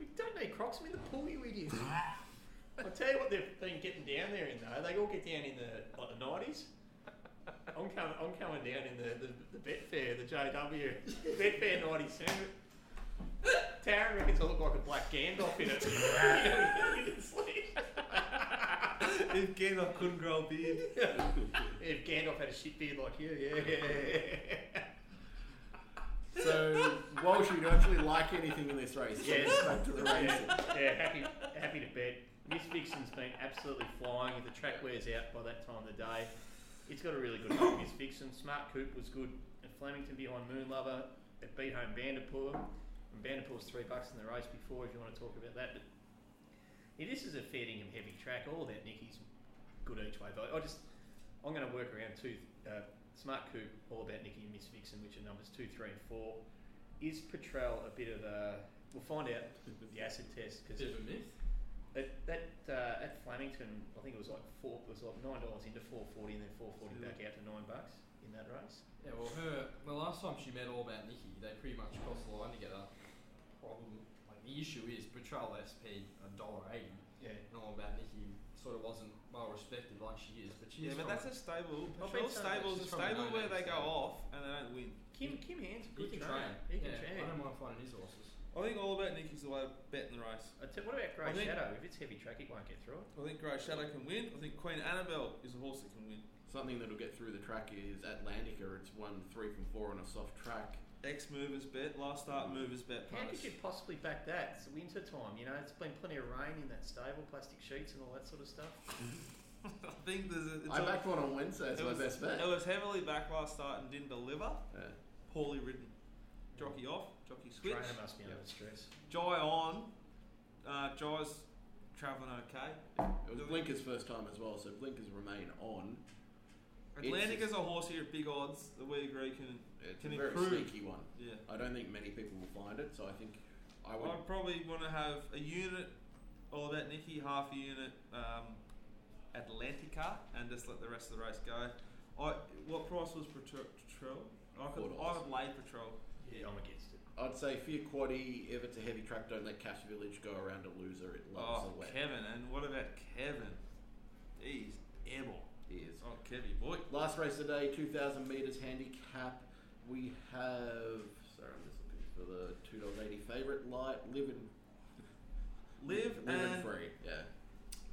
We don't need Crocs. I'm in the pool, you idiot. I'll tell you what they've been getting down there in though. They all get down in the like the nineties. I'm coming. I'm coming down in the the, the Betfair, the JW Betfair ninety seven. Taryn reckons I look like a black Gandalf in it. *laughs* if Gandalf couldn't grow a beard. if Gandalf had a shit beard like you, yeah. So Walsh, you don't actually like anything in this race. so Yes. let's back to the race. yeah, happy, happy to bet. Miss Vixen's been absolutely flying. If the track wears out by that time of the day, it's got a really good home. Miss Vixen, Smart Coop was good at Flemington behind Moon Lover. It beat home Vanderpool. And Vanderpool's three bucks in the race before, if you want to talk about that. But yeah, this is a Fairtingham heavy track. All that Nicky's good each way. But I just, I'm going to work around two. Uh, Smart Coop, all about Nicky and Miss Vixen, which are numbers two, three, and four. Is Patrell a bit of a? We'll find out the acid test because Bit of a myth. At that uh, at Flemington, I think it was like four. It was like nine dollars into four forty, and then four forty Yeah. back out to nine bucks in that race. Yeah, well, her the last time she met All About Nikki, they pretty much crossed the line together. Problem, like the issue is, Patrol SP a dollar eighty, Yeah. and All About Nikki sort of wasn't well respected like she is, but she Yeah, is. but from- that's a stable. I've Patrol been saying that stables a she's from the stable where 90s, they go so- off and they don't win. Kim Kim Hand's a he good can trainer. train. He can yeah, train. I don't mind finding his horses. I think all about Nicky's the way to bet in the race. I tell- what about Grey I think- Shadow? If it's heavy track, it won't get through it. I think Grey Shadow can win. I think Queen Annabelle is a horse that can win. Something that'll get through the track is Atlantica. It's won three from four on a soft *laughs* track. Ex movers bet, last start movers bet. Mm. How punish. could you possibly back that? It's winter time, you know. It's been plenty of rain in that stable, plastic sheets, and all that sort of stuff. *laughs* I think there's a, it's I all- backed one on Wednesday as it my was- best bet. It was heavily back last start and didn't deliver. Yeah. Poorly ridden. Jockey off, jockey switch. Trainer must be under stress. Jai on. Uh, Jai's travelling okay. It was Blinker's first time as well, so Blinkers remain on. It's- Atlantic is a horse here at big odds that we agree can. It's Can a very improve. sneaky one. Yeah. I don't think many people will find it, so I think I would. I'd probably want to have a unit all about Nikki, half a unit um, Atlantica, and just let the rest of the race go. I, what price was Patro- Patrol? I could, Four I dollars. would lay Patrol. Yeah, I'm against it. I'd say Fear Quaddy, if it's a heavy track, don't let Cash Village go around a loser. It loves Oh, the wet. Kevin, and what about Kevin? He's evil. He is. Oh, Kevy boy. Last race of the day, 2,000 metres handicap. We have. Sorry, I'm just looking for the $2.80 favourite. Light, live and, Live live and, and free. Yeah.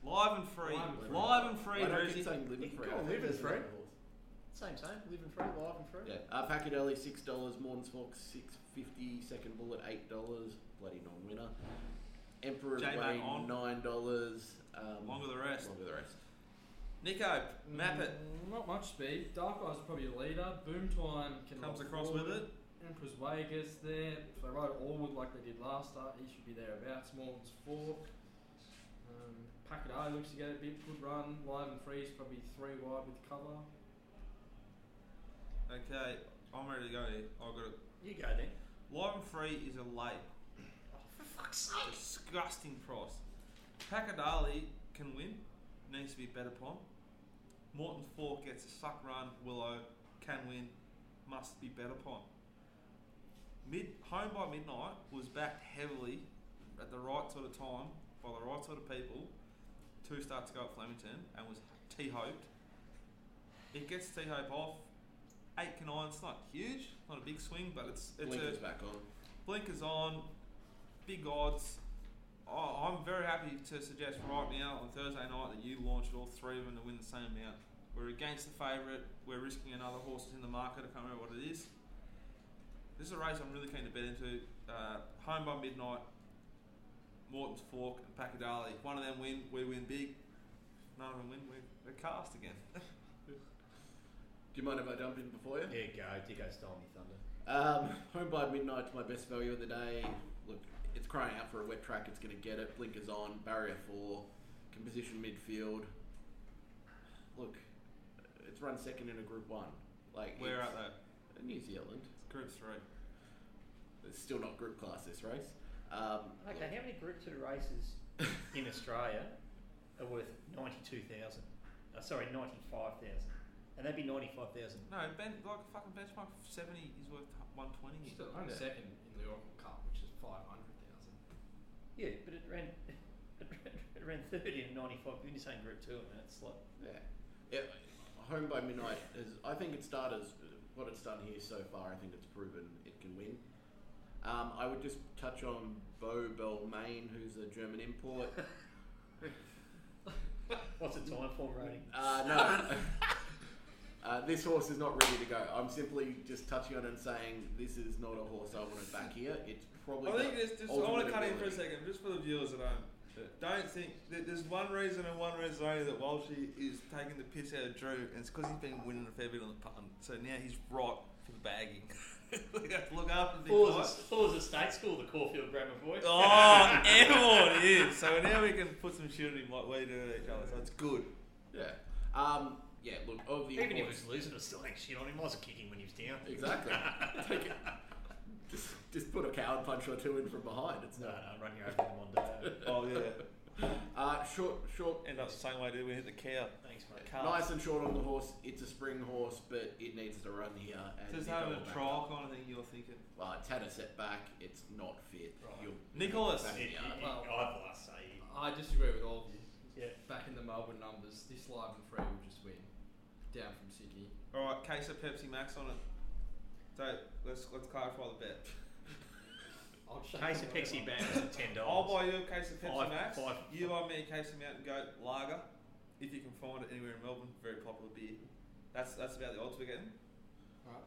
live and free, Live and live and free, I don't keep Drizzy. saying live You and can free. call I him think Live it's and Free. another horse. Same, same. Living free, live and free. Yeah. Uh, Pacadeli six dollars. Morton's Fox six fifty. Second bullet eight dollars. Bloody non-winner. Emperor's J-Mac Way on. nine dollars. Um, Longer the rest. Longer the rest. Nico, map it. Mm, Not much speed. Dark Eyes is probably a leader. Boom Time can Comes lock across forward. with it. Emperor's Way gets there. If they ride Allwood like they did last start, he should be thereabouts. Morgan's four. Um, Packet Eye looks to get a bit good run. Live and Freeze probably three wide with cover. Okay, I'm ready to go here. I've got it. You go then. Live and free is a late. Oh, for fuck's sake! Disgusting price. Pakadali can win. Needs to be bet upon. Morton's Fork gets a suck run. Willow can win. Must be bet upon. Mid home by midnight was backed heavily at the right sort of time by the right sort of people. Two starts ago at Flemington and was t hoped. It gets t hope off. Eight can nine. It's not huge, not a big swing, but it's it's a Blinkers back on. blinkers on, big odds. Oh, I'm very happy to suggest right now on Thursday night that you launch all three of them to win the same amount. We're against the favourite. We're risking another horse that's in the market. I can't remember what it is. This is a race I'm really keen to bet into. Uh, home by midnight. Morton's Fork and Pacadali. If One of them win, we win big. None of them win, we're, we're cast again. Do you mind if I jump in before you? There you go. Dicko stole me thunder. Um, home by midnight's my best value of the day. Look, it's crying out for a wet track. It's going to get it. Blinkers on. Barrier four. Composition midfield. Look, it's run second in a Group One. Like Where it's- out though? New Zealand. It's group three. It's still not group class this race. Um, Okay, how many Group Two races in Australia are worth ninety-two thousand? Uh, sorry, ninety-five thousand, and that'd be ninety-five thousand. No, ben, like fucking benchmark 70 is worth 120. here. Still only Yeah. second in the Oracle Cup, which is 500,000. Yeah, but it ran, *laughs* it ran, it ran thirty and ninety-five. When you're saying Group Two, and it's like Yeah. yeah. Home by midnight is. I think it started as what it's done here so far. I think it's proven it can win. Um, I would just touch on Bo Belmain, who's a German import. what's a time form rating? Uh, no. Uh, this horse is not ready to go. I'm simply just touching on it and saying this is not a horse I want to back here. It's probably. I got think it's just. I ultimate want to cut in for a ability. second, just for the viewers at home. Don't think that there's one reason and one reason only that Walshy is taking the piss out of Drew, and it's because he's been winning a fair bit on the punt. So now he's right for the bagging. *laughs* we have to look after the Or guy. was, it, or was it state school, the Caulfield Grammar Boy? *laughs* Oh, airborne it is. So now we can put some shit in what we do to each other. So it's good. Yeah. Um, yeah. Look, of the Even if he imports- was losing, I was still ain't shit on him. I wasn't kicking when he was down. *laughs* Exactly. Take it. Just, just put a coward punch or two in from behind. It's No, not. *laughs* no, run your over with him on day. Oh yeah. Uh, short, short, End up the same way did we hit the cow. Thanks, mate. Calf. nice and short on the horse. It's a spring horse, but it needs to run here. And Just Nicola having back a up. Uh, trial kind of thing you're thinking. Well, it's had a setback. It's not fit. Right. You'll- Nicholas. back It- it- here. it- Well- I'd like to say I disagree with all of you. Yeah. Back in the Melbourne numbers, this live and free will just win. Down from Sydney. All right, case of Pepsi Max on it. So let's let's clarify the bet. I'll the shake case of my Pixie head. Bangs *laughs* at ten I'll dollars. buy you a case of Pepsi Five- Max. five. You buy me a case of Mountain Goat Lager, if you can find it anywhere in Melbourne. Very popular beer. That's that's about the odds we're getting. Alright.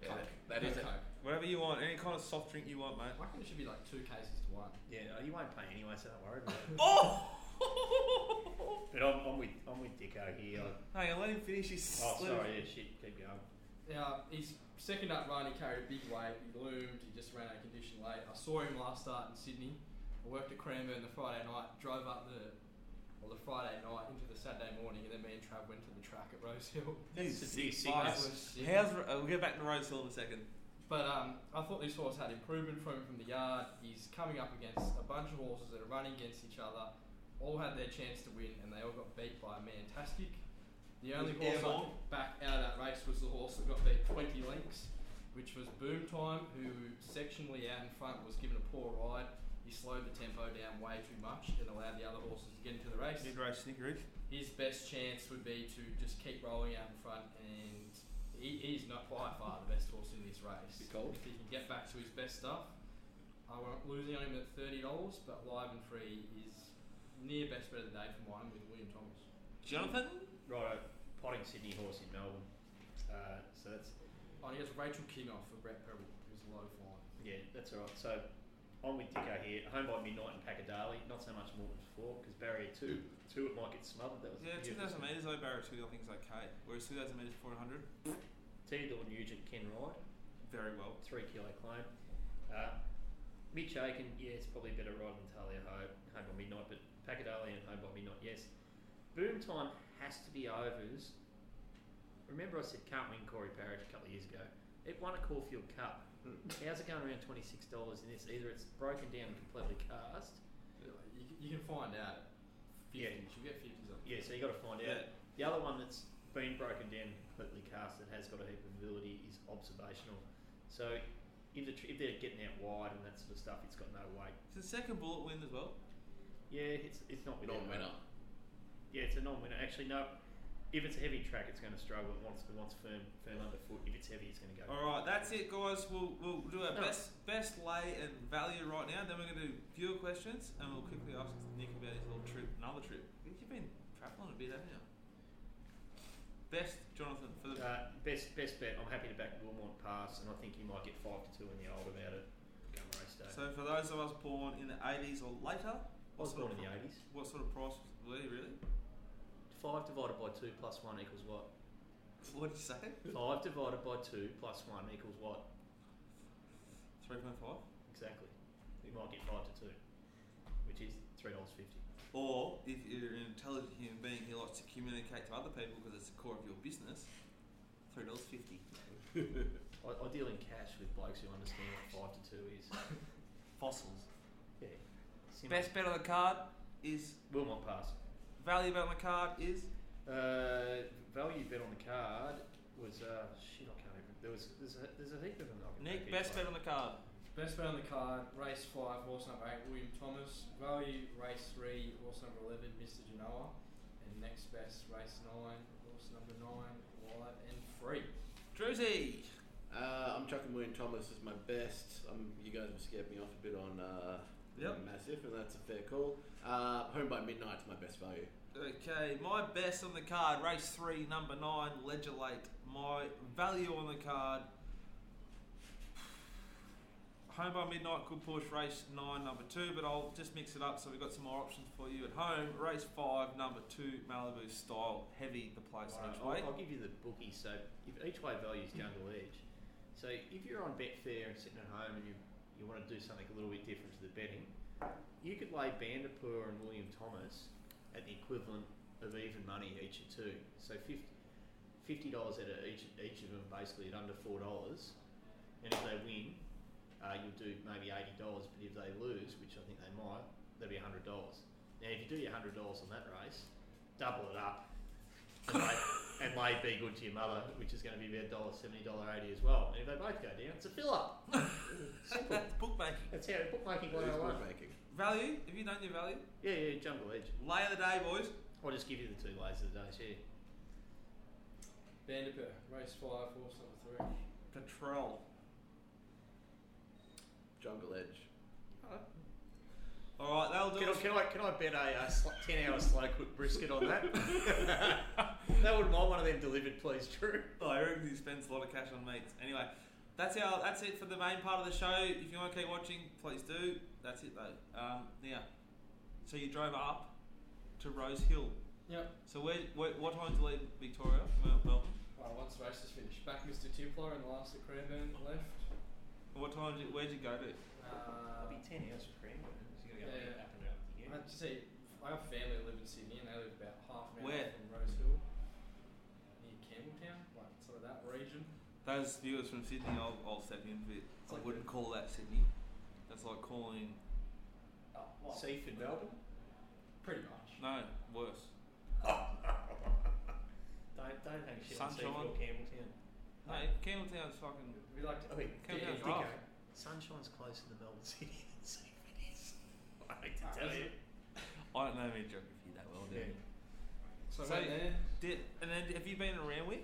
Yeah, that is it. Okay. Whatever you want, any kind of soft drink you want, mate. I reckon it should be like two cases to one. Yeah, no, you won't pay anyway, so don't worry about *laughs* it. Oh! But I'm, I'm with I'm with Dicko here. I- Hang on, let him finish his. Oh, let him- sorry. Yeah, shit. Keep going. Now, his second up run, he carried a big weight, he loomed, he just ran out of condition late. I saw him last start in Sydney. I worked at Cranbourne the Friday night, drove up the well, the Friday night into the Saturday morning, and then me and Trav went to the track at Rose Hill. He's This is sick. sick. Five. That was sick. How's Ro- uh, we'll get back to Rose Hill in a second. But um, I thought this horse had improvement from him from the yard. He's coming up against a bunch of horses that are running against each other. All had their chance to win, and they all got beat by Mantastic. The only Was horse I Airborne? could back out of that race was the horse that got beat 20 lengths, which was Boom Time, who sectionally out in front was given a poor ride. He slowed the tempo down way too much and allowed the other horses to get into the race. Mid race snickery. His best chance would be to just keep rolling out in front, and he, he's not by far the best horse in this race. Be cold. If he can get back to his best stuff, I won't losing on him at thirty dollars, but live and free is near best bet of the day for mine with William Thomas. Jonathan? Right, potting Sydney horse in Melbourne. Uh, so that's Oh, and he has Rachel King off for Brett Pebble, who's low flying. yeah, that's all right. So I'm with Dicko here. Home by midnight in Pacadali. Not so much more than four because barrier two, two it might get smothered. That was Yeah, 2,000 metres though, barrier 2, I think is okay. Whereas 2,000 metres, 400, Theodore Nugent can ride very well. three kilo claim. Uh, Mitch Aiken, yeah, it's probably a better ride than Talia Ho. Home by midnight, but Pacadali and home by midnight, yes. Boom time has to be overs. Remember, I said can't win Corey Parrish a couple of years ago. It won a Caulfield Cup. How's it going around twenty six dollars in this? Either it's broken down and completely cast. You, c- you can find out. at Yeah. 50. She'll get fifties on. Yeah, so you got to find out. The other one that's been broken down and completely cast that has got a heap of ability is observational. So if, the, tr- if they're getting out wide and that sort of stuff, it's got no weight. Is the second bullet win as well? Yeah, it's it's not without weight. Non-winner. Yeah, it's a non-winner. Actually, no. If it's a heavy track, it's going to struggle. It wants it wants firm firm underfoot. If it's heavy, it's going to go. Alright, that's it, guys. We'll, we'll do our No. best best lay and value right now. Then we're going to do viewer questions and we'll quickly ask Nick about his little trip, another trip. You've been travelling a bit, haven't you? Best, Jonathan, for the. Uh, best best bet. I'm happy to back Wilmot pass, and I think you might get five to two in the old about it. Come race day. So, for those of us born in the 80s or later, I was what sort of born in the pri- eighties. What sort of price were you really? *laughs* Five divided by two plus one equals what? What did you say? Five divided by two plus one equals what? 3.5? Exactly. You might get five to two, which is three dollars fifty. Or if you're an intelligent human being who likes to communicate to other people because it's the core of your business, three dollars fifty. I, I deal in cash with blokes who understand what five to two is. *laughs* Fossils. Yeah. Simple. Best bet on the card is Wilmot pass. value bet on the card is Uh, value bet on the card was uh, shit. I can't even. There was there's a, there's a heap of them. I can pick Nick. each Best bet one. on the card. Best bet on the card, race five, horse number eight, William Thomas. Value, race three, horse number eleven, Mr. Genoa. And next best, race nine, horse number nine, live and free. Druzy. Uh, I'm chucking William Thomas as my best. Um, you guys have scared me off a bit on uh, Yep. Massive, and that's a fair call. Uh, home by midnight's my best value. Okay, my best on the card, race three, number nine, Ledger Late. My value on the card. Home by midnight, good push, race nine, number two, but I'll just mix it up so we've got some more options for you at home. Race five, number two, Malibu style, heavy the place each Alright, I'll, way. I'll give you the bookie. So if each way values Jungle Edge. So if you're on Betfair and sitting at home and you you want to do something a little bit different to the betting, you could lay Bandipur and William Thomas at the equivalent of even money each of two. So fifty fifty dollars out of each each of them basically at under four dollars, and if they win, uh, you'll do maybe eighty dollars. But if they lose, which I think they might, that'll be hundred dollars. Now, if you do your hundred dollars on that race, double it up and lay, and lay be good to your mother, which is going to be about dollar seventy, dollar eighty as well. And if they both go down, it's a fill up. Simple. That's *laughs* bookmaking. That's how bookmaking It is 101. bookmaking. Value, if you don't your value, Yeah, yeah, jungle edge. lay of the day, boys. I'll just give you the two lays of the day. Yeah. Vanderpeer, race five, horse number three. Patrol. Jungle Edge. All right, that'll do Can I, it. can I can I bet a uh, sl- ten hour slow cook brisket on that? *laughs* that would mind one of them delivered, please, Drew. Oh, I reckon he spends a lot of cash on meats. Anyway, that's our that's it for the main part of the show. If you want to keep watching, please do. That's it though. Um, now, so you drove up to Rose Hill. Yep. So where, where what time did you leave Victoria? Well, Melbourne. Alright, once the race is finished, back Mr. Tipler and the last of Cranbourne left. What time did you, where'd you go to? Uh, ten hours for cream. gonna go Yeah. up and up the I have to say, I have family that live in Sydney and they live about half an hour Where? from Rose Hill, near Campbelltown, like sort of that region. Those viewers from Sydney, I'll, I'll step in a bit. It's I like wouldn't the- call that Sydney. That's like calling Oh, well, Seaford, Melbourne. pretty much. no worse. *laughs* Don't don't hang shit on Sunshine. Seaford or Campbelltown. No, Campbelltown's fucking. We like to. I mean, Come Dick- down, Dicko, drive. Sunshine's closer to Melbourne *laughs* City than Seaford is. I hate Ah, to tell you. is I don't know my geography that well, do Yeah. you? So, So- right there, Did and then have you been to Randwick?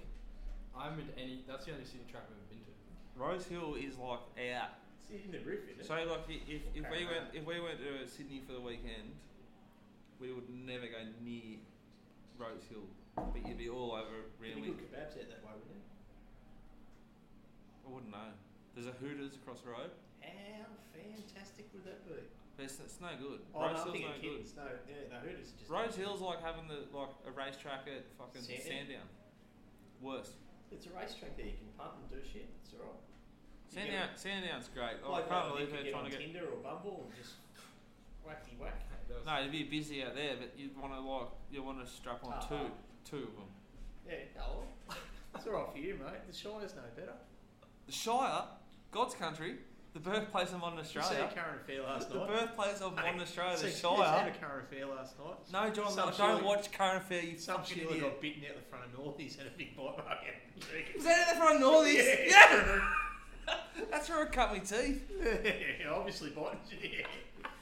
I haven't been to any. That's the only Sydney track I've ever been to. Rose Hill is like out. It's in the roof, isn't it? So like i- if, if we Okay. went if we went to Sydney for the weekend, we would never go near Rose Hill, but you'd be all over There'd be Randwick. good kebabs out that way, wouldn't it? I wouldn't know. There's a Hooters across the road, How fantastic would that be? but it's, it's no good. Rose Oh, no, I'm Hill's thinking no good. kittens. No, yeah, no, Hooters are just. Rose Hill's like having the like a racetrack at fucking Sandown. Sandown? Worse. It's a racetrack there. You can punt and do shit. It's alright. You get Sandown Sandown's great. a- Oh, I can't that, you believe can they're get trying on to get. Tinder or Bumble and just *laughs* whacky whack. That was- No, it'd be busy out there, but you'd want to like you want to strap on Ah. two two of them. Yeah, no, it's alright for you, mate. The Shire's no better. The Shire, God's country, the birthplace of modern Did you see Australia. a current affair last The night. birthplace of modern Mate, Australia, the See- did you see Shire. a current affair last night. No, John, Some no, Shirley- don't watch Current Affair, you Some fucking Shire idiot. got bitten out the front of North. He's had a big bite mark. Was that in the front of Northies? Yeah. That's where I cut my teeth. yeah, *laughs* obviously biting. Yeah.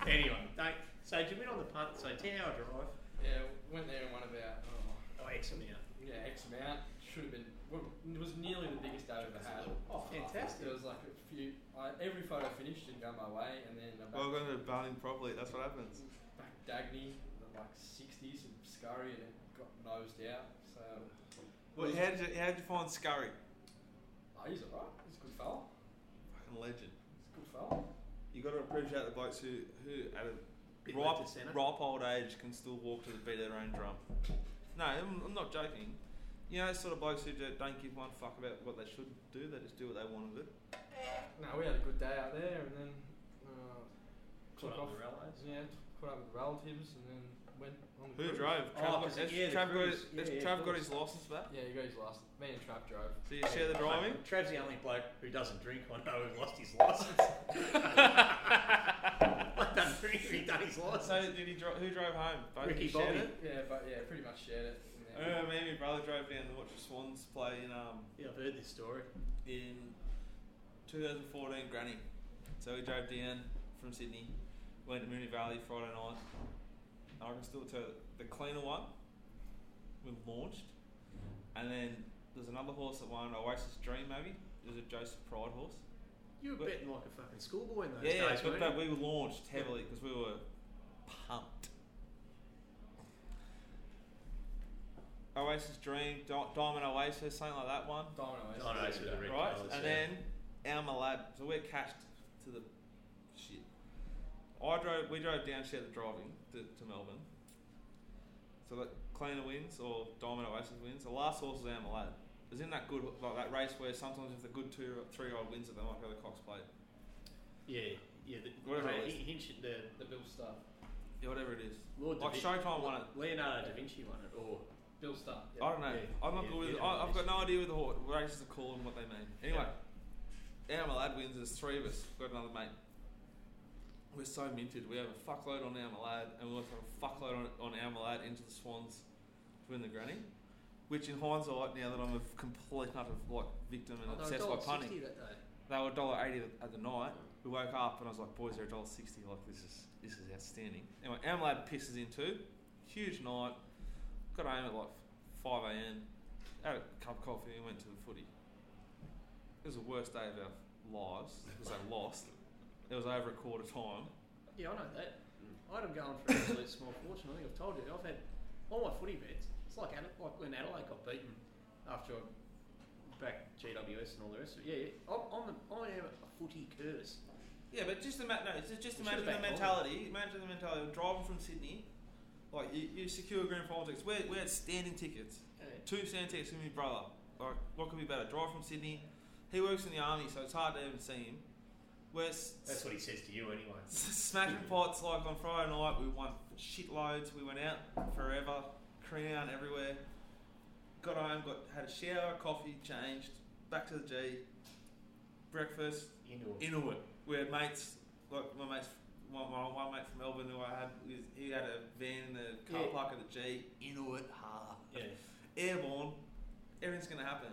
Anyway, don't. So, do you win on the punt? So, ten hour drive. Yeah, went there and won about. Oh, Oh, X amount. yeah, X amount. Should have been. well, It was nearly the biggest day I've ever had. Oh, fantastic. There was like a few. I, every photo finished and go my way, and then about Welcome to Barling properly, that's what happens. back Dagny, the, like 60s and Scurry, and it got nosed out. So Well, how did you, how did you find Scurry? oh, he's alright. He's a good fella. Fucking legend. He's a good fella. you got to appreciate the blokes who, who at a Bit ripe, left of centre. ripe old age can still walk to the beat of their own drum. No, I'm, I'm not joking. You know, sort of blokes who do- don't give one fuck about what they should do, they just do what they want to do. No, we had a good day out there, and then uh, Caught took up off. with the relays. Yeah, t- caught up with relatives, and then went on the Who cruise. drove? Oh, Trav, was got, it- has yeah, the Trav, got his, cruise. Yeah, has yeah, Trav got cruise. his license for that? Yeah, you guys last. Me and Trav drove. So you share the driving? Trav's the only bloke who doesn't drink. I know who lost his *laughs* license. *laughs* I don't drink. He done his license. So did he dro- who drove home? Both Ricky you shared Bobby. it? Yeah, but yeah, pretty much shared it. And I then remember me and my brother drove down to watch the Swans play in um Yeah, I've heard this story. in 2014 Granny. So we drove down from Sydney, went to Mooney Valley Friday night. I can still tell the cleaner one. We launched, and then there's another horse that won Oasis Dream maybe. It was a Joseph Pride horse. You were But- betting like a fucking schoolboy in those yeah, days, but, weren't but you? we were launched heavily because we were pumped. Oasis Dream, Di- Diamond Oasis, something like that one, Diamond Oasis. Diamond Oasis with the red- right? colours, and yeah. then Alma Lab. So we're cashed to the shit. I drove. We drove down shared the driving to, to Melbourne. So that cleaner wins or Diamond Oasis wins. The last horse is Alma Lab. It was in that good like that race where sometimes if the good two three year old wins it, they might go to the Cox Plate. Yeah, yeah. The, Whatever it was. he, he hinted the The Bill Star. Yeah, whatever it is. Lord da Like Vin- Showtime won it. Leonardo da Vinci won it, or Bill Star. I don't know. Yeah. I'm not Yeah, good you with. don't I, know I've this. got no idea what the horse, races are called and what they mean. Anyway, yeah. our lad wins. There's three of us. Got another mate. We're so minted. We have a fuckload on Almalad, and we also have a fuckload on, on Almalad into the Swans to win the granny. Which, in hindsight, now that I'm a complete and utter like victim and obsessed by punning, they were dollar eighty at the night. We woke up and I was like, "Boys, they're dollar sixty. Like this is this is outstanding." Anyway, Amlad pisses in too. Huge night. Got home at like five a.m. Had a cup of coffee and went to the footy. It was the worst day of our lives because *laughs* they lost. It was over a quarter time. Yeah, I know that. Mm. I had them going for an absolute small fortune. I think I've told you. I've had all my footy bets. It's like Ade- like when Adelaide got beaten after I back GWS and all the rest of it. Yeah, yeah. I'm, I'm a, I am a footy curse. Yeah, but just ima- no, it's just We imagine should've the backed mentality. Imagine the mentality of driving from Sydney. Like you, you secure grand final tickets. We, we had standing tickets. Yeah. Two sand texts from his brother. Like, what could be better? Drive from Sydney. He works in the army, so it's hard to even see him. We're s- That's what he says to you, anyway. *laughs* s- smashing pots like on Friday night. We won shitloads. We went out forever, crown everywhere. Got home, got had a shower, coffee, changed, back to the G, breakfast, Indoor. Inuit. We had mates, like my mates, one, one, one mate from Melbourne who I had, he- he had a van in the car Yeah. park at the G. Inuit, ha. Yeah. Airborne, everything's going to happen.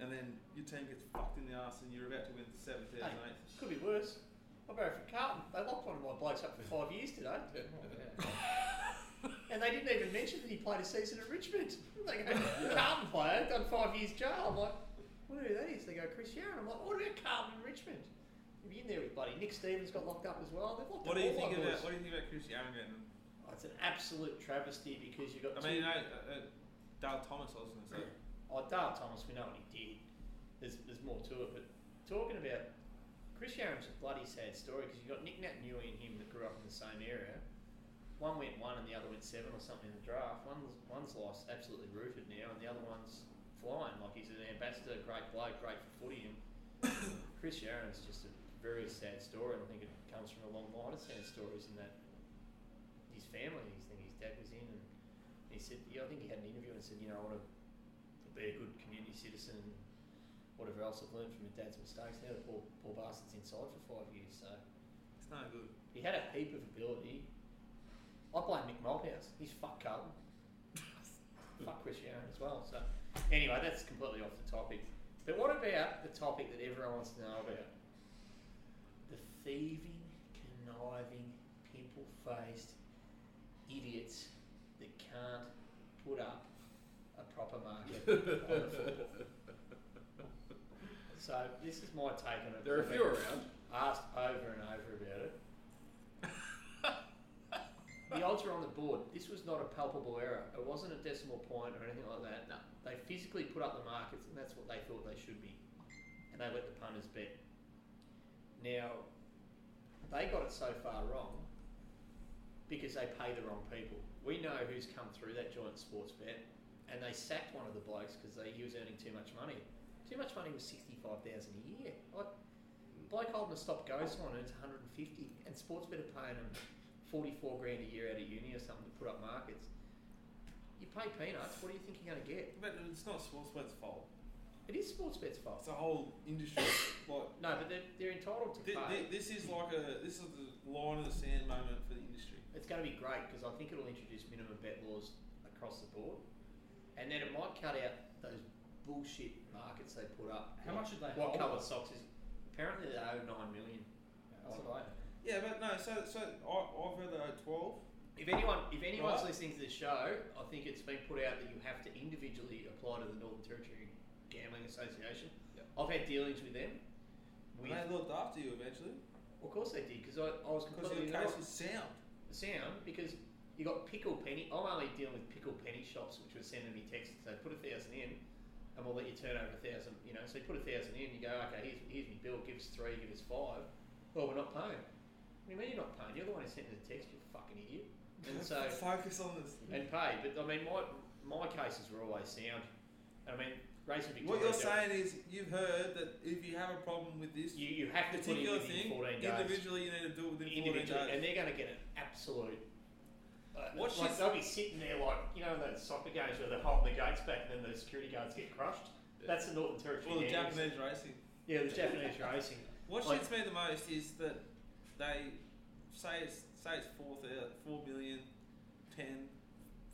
And then your team gets fucked in the ass and you're about to win the seventh, eighth, and eighth. Could be worse. I borrowed from Carlton. They locked one of my blokes up for five years today. And they didn't even mention that he played a season at Richmond. They go, Carlton player, done five years jail. I'm like, what are these? They go, Chris Sharon. I'm like, what about Carlton and Richmond? Have you in there with buddy? Nick Stevens got locked up as well. They've locked What do up you think all my about boys. what do you think about Chris Young getting? Oh, it's an absolute travesty because you've got I two. mean, you know, uh, uh, Dale Thomas, I was going to say. Oh, Dale Thomas, we know what he did. There's, there's more to it, but talking about Chris Yaram's a bloody sad story because you've got Nick Natanui and him that grew up in the same area. One went one and the other went seven or something in the draft. One's, one's life's absolutely rooted now, and the other one's flying. Like he's an ambassador, great bloke, great for footy. And *coughs* Chris Yaram's just a very sad story, and I think it comes from a long line of sad stories in that his family, his, I think his dad was in, and he said, yeah, I think he had an interview and said, you know, I want to be a good community citizen and whatever else I've learned from my dad's mistakes. Now the poor, poor bastard's inside for five years, so It's no good. he had a heap of ability. I blame Nick Malthouse. He's fuck Carlton. fuck Chris Yaron as well. So anyway, that's completely off the topic. But what about the topic that everyone wants to know about? The thieving, conniving, pimple-faced idiots that can't put up a proper market. on the football. *laughs* so this is my take on it. There are a few around. asked over and over about it. the odds are on the board. This was not a palpable error. It wasn't a decimal point or anything like that. No. They physically put up the markets and that's what they thought they should be. And they let the punters bet. Now, they got it so far wrong because they pay the wrong people. We know who's come through that joint sports bet and they sacked one of the blokes because he was earning too much money. Too much money was 65000 a year. Like, Bloke holding a stop go sign earns 150, and Sportsbet are paying him 44 grand a year out of uni or something to put up markets. You pay peanuts. What do you think you're going to get? But it's not Sportsbet's fault. It is Sportsbet's fault. It's a whole industry. like, No, but they're, they're entitled to thi- thi- pay. this is like a this is the line of the sand moment for the industry. It's going to be great because I think it'll introduce minimum bet laws across the board, and then it might cut out those bullshit markets they put up. How much did they What hold? coloured socks is? Apparently they owe nine million. That's what I Yeah, but no. So, so I, I've heard that at twelve. If anyone, if anyone's Right. listening to this show, I think it's been put out that you have to individually apply to the Northern Territory Gambling Association. Yep. I've had dealings with them. And With, they looked after you eventually of course they did because I, I was because your completely case ignorant was sound. the sound because you got pickle penny. I'm only dealing with pickle penny shops, which were sending me texts. So put a thousand in, and we'll let you turn over a thousand. You know, so you put a thousand in. You go, okay, here's here's my bill. Give us three. Give us five. Well, we're not paying. What do you mean you're not paying? You're the one who sent me the text. You fucking idiot. *laughs* And so focus on this. and pay. But I mean, my my cases were always sound. I mean, racing Victoria. What you're dealt- saying is you've heard that if you have a problem with this you, you have to put in particular thing, within 14 days. individually you need to do it within fourteen individually, and days. they're going to get an absolute. Uh, What like she's- they'll be sitting there like you know those soccer games where they're holding the gates back and then the security guards get crushed. That's the Northern Territory. Well, the games. *laughs* Japanese racing. Yeah, the Japanese racing. What Like- shits me the most is that they say it's say it's four thou- four million, ten,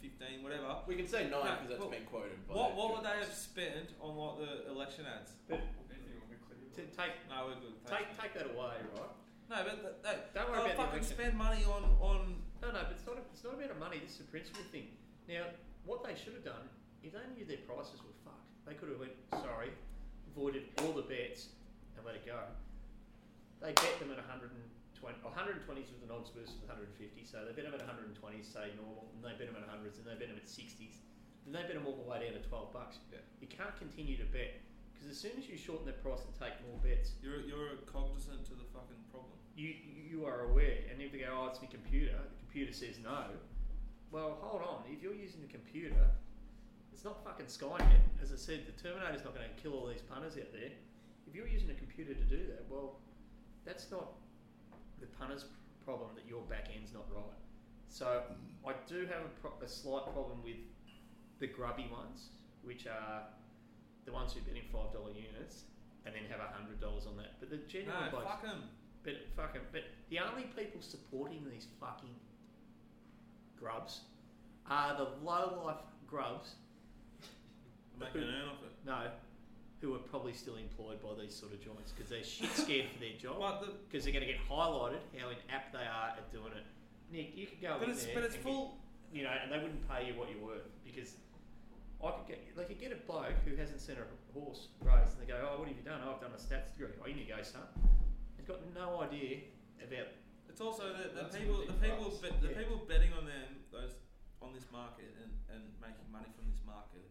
fifteen, whatever. We can say nine No, because that's well, been quoted. By What what would they have journalists. spent on like the election ads? To take No, we're good. thanks, take mate. take that away, right? No, but th- they, Don't worry they about fucking the election. spend money on on. No, no, but it's not. It's not about the money. This is a principle thing. Now, what they should have done, if they knew their prices were fucked, they could have went sorry, voided all the bets, and let it go. They bet them at 120. 120s with the odds versus 150, so they bet them at 120s, say normal, and they bet them at 100s, and they bet them at 60s, and they bet them all the way down to 12 bucks. Yeah. You can't continue to bet because as soon as you shorten that price and take more bets, You're you're cognizant to the fucking problem. you you are aware, and if they go, oh, it's my computer, the computer says no. Well, hold on. If you're using the computer, it's not fucking Skynet. As I said, the Terminator's not going to kill all these punters out there. If you're using a computer to do that, well, that's not the punter's problem. That your back end's not right. So I do have a, pro- a slight problem with the grubby ones, which are the ones who bet in five dollar units and then have hundred dollars on that. But the genuine No, blokes- fuck 'em. but fucking, but the only people supporting these fucking grubs are the low life grubs. Make an earn off it. No, who are probably still employed by these sort of joints because they're shit scared for their job But the because they're going to get highlighted how inapt they are at doing it. Nick, you could go but in it's there but it's and full. get, you know, and they wouldn't pay you what you're worth because I could get they could get a bloke who hasn't seen a horse race and they go, oh, what have you done? Oh, I've done a stats degree. Oh, you need to go, son. They've got no idea about It's also the, the That's a people, big the people, price. bet the Yeah. people betting on them those on this market and, and making money from this market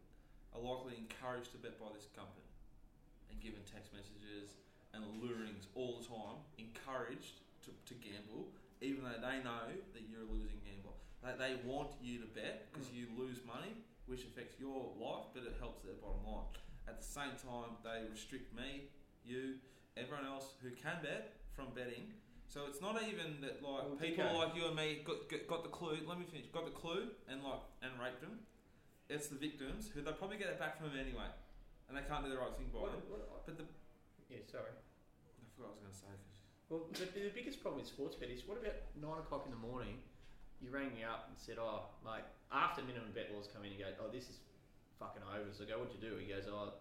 are likely encouraged to bet by this company and given text messages and lurings all the time, encouraged to, to gamble, even though they know that you're a losing gambler. They, they want you to bet Mm. because you lose money, which affects your life, but it helps their bottom line. At the same time, they restrict me, you, everyone else who can bet from betting. So it's not even that like Well, people Dicko- like you and me got, got, got the clue. Let me finish. Got the clue and like and raped them. It's the victims who they probably get it back from them anyway, and they can't do the right thing by What, them. what, But the yeah, sorry. I forgot what I was going to say. Well, the, the biggest problem with sports bet is what about nine o'clock in the morning? You rang me up and said, "Oh, mate, after minimum bet laws come in, you go, oh, this is fucking over." So I go, "What'd you do?" He goes, "Oh,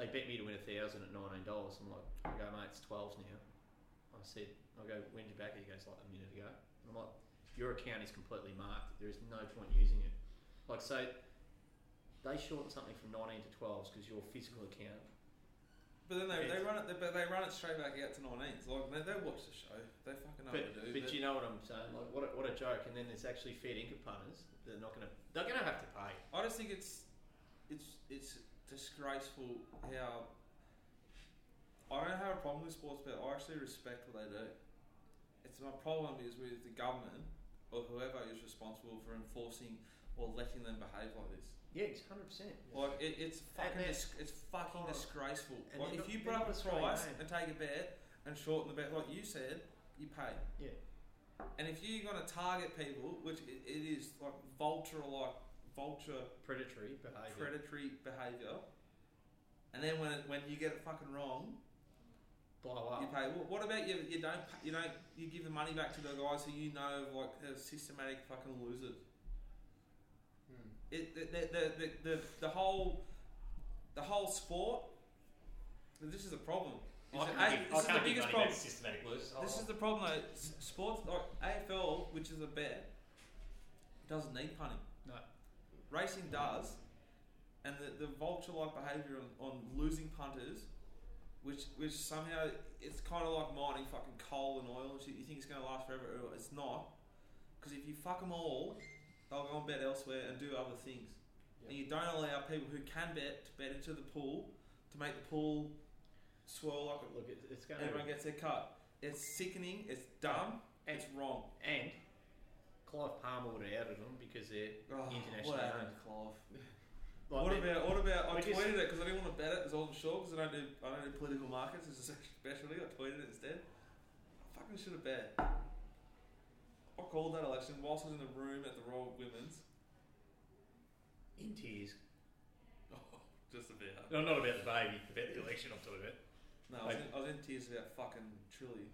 they bet me to win a thousand at nineteen dollars." I'm like, "I go, mate, it's twelves now." I said, "I go, when did you back it?" He goes, "Like a minute ago." And I'm like, "Your account is completely marked. There is no point using it." Like, so they shorten something from nineteen to twelves because your physical account But then they, they Yes. run it, but they run it straight back out to 19s. Like they, they watch the show, they fucking know But, what to do. but you know what I'm saying? Like, what a, what a joke! And then there's actually fair income punters. They're not gonna. They're gonna have to pay. I just think it's it's it's disgraceful how I don't have a problem with sports bet. I actually respect what they do. It's my problem is with the government or whoever is responsible for enforcing or letting them behave like this. Yeah, it's hundred percent. Like it, it's fucking they're- dis- it's fucking Oh. disgraceful. And Like they're if not- you they're put up not a Australian, price eh? and take a bet and shorten the bet, like you said, you pay. Yeah. And if you're gonna target people, which it, it is like vulture like vulture Predatory behaviour. predatory behaviour, and then when it, when you get it fucking wrong, Blow you up. pay. Well, what about you? You don't. pa- You don't. You give the money back to the guys who you know like are systematic fucking losers. Hmm. It the the, the, the, the, the whole the whole sport. This is a problem. Is it- A- this is the biggest problem. Systematic losers. This is the problem though. S- Sports like AFL, which is a bet, doesn't need punting. No. Racing does, and the, the vulture-like behaviour on, on losing punters, which which somehow it's kind of like mining fucking coal and oil and shit. You think it's going to last forever? Well, It's not, because if you fuck them all, they'll go and bet elsewhere and do other things. Yeah. And you don't allow people who can bet to bet into the pool to make the pool swirl like a Look, it, it's going. Everyone gets their cut. It's sickening. It's dumb. And- It's wrong. and Clive Palmer would have outed them because they're Oh, international. what owned. happened to Clive? Like, what they're- about what about? I we just- tweeted it because I didn't want to bet it. Because I wasn't sure. Because I don't do I don't do political markets. It's a specialty. I tweeted it instead. I fucking should have bet. I called that election whilst I was in the room at the Royal Women's. in tears? Just about. No, not about the baby. About the election. I'm talking about. No, I was in, I was in tears about fucking Trilly.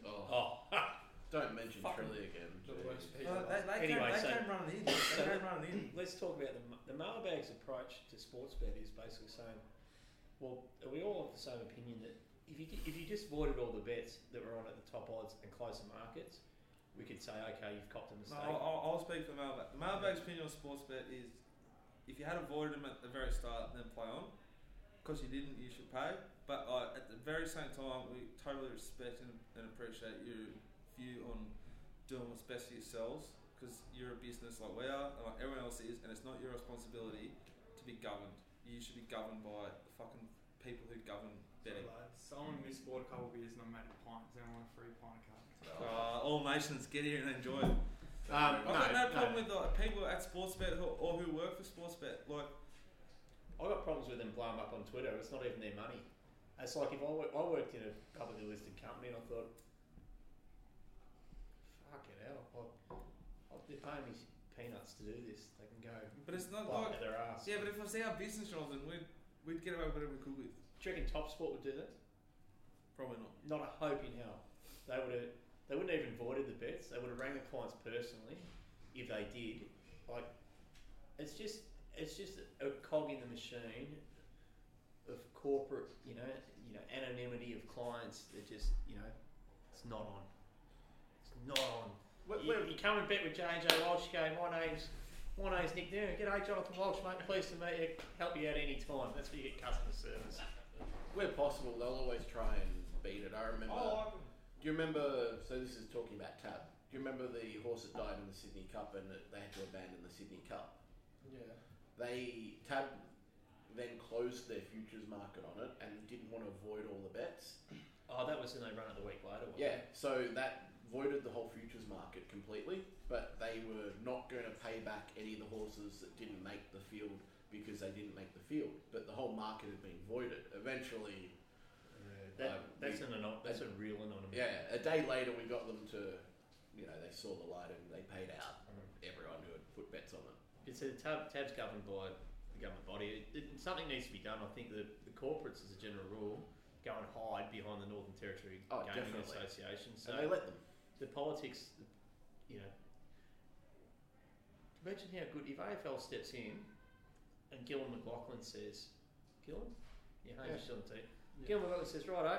Oh, Oh, don't mention Fucking- Trilly again. The Jeez. worst piece Uh, they, of that. they, Anyway, came, they so- came running in. They so came let- running in. let's talk about the, the mailbag's approach to sports bet is basically saying, well, are we all of the same opinion that if you, if you just voided all the bets that were on at the top odds and closer markets, we could say, okay, you've copped a No, mistake. I'll, I'll- I'll speak for the mailbag. The mailbag's opinion on sports bet is if you had avoided them at the very start and then play on, because you didn't, you should pay. But uh, at the very same time, we totally respect and, and appreciate your view on doing what's best for yourselves because you're a business like we are and like everyone else is, and it's not your responsibility to be governed. You should be governed by the fucking people who govern betting. Someone who scored a couple of beers and I made a pint, because I want a free pint of cards. Uh, all nations, get here and enjoy it. Um, I've got no no, problem with like, people at Sportsbet who, or who work for Sportsbet. Like, I've got problems with them blowing up on Twitter. It's not even their money. It's like if I, wo- I worked in a publicly listed company and I thought, fucking hell, I, I, they're paying me peanuts to do this. They can go but it's not blow like up their ass. Oh, yeah. But if I see our business, Jonathan, we'd we'd get away with whatever we could with. Do you reckon Top Sport would do that? Probably not. Not a hope in hell. They would have. They wouldn't even voided the bets. They would have rang the clients personally, if they did. Like, it's just it's just a cog in the machine of corporate, you know, you know, anonymity of clients that just you know, it's not on. It's not on. Where, you, you come and bet with JJ Walsh. You go, my name's my name's Nick New. G'day, Jonathan Walsh, mate. Pleased to meet you. Help you out any time. That's where you get customer service. where possible, they'll always try and beat it. Oh, I remember. Oh, Do you remember? So this is talking about Tab. Do you remember the horse that died in the Sydney Cup and that they had to abandon the Sydney Cup? Yeah. They Tab then closed their futures market on it and didn't want to void all the bets. Oh, that was in they run it the week later. wasn't it? Yeah, so that voided the whole futures market completely, but they were not going to pay back any of the horses that didn't make the field because they didn't make the field. But the whole market had been voided. Eventually, That, Um, that's an anon- that's a real anonymous. yeah, a day later we got them to, you know, they saw the light and they paid out Mm-hmm. everyone who had put bets on it. It's a tab, tab's governed by the government body. It, it- something needs to be done. I think the, the corporates, as a general rule, go and hide behind the Northern Territory Oh, Gaming definitely. Association. So and they let them. the politics, you know. Imagine how good if AFL steps in, and Gillan McLaughlin says, Gillan, yeah, Hamish yeah. Gillan too. Yeah. Gillan McLaughlin says, righto,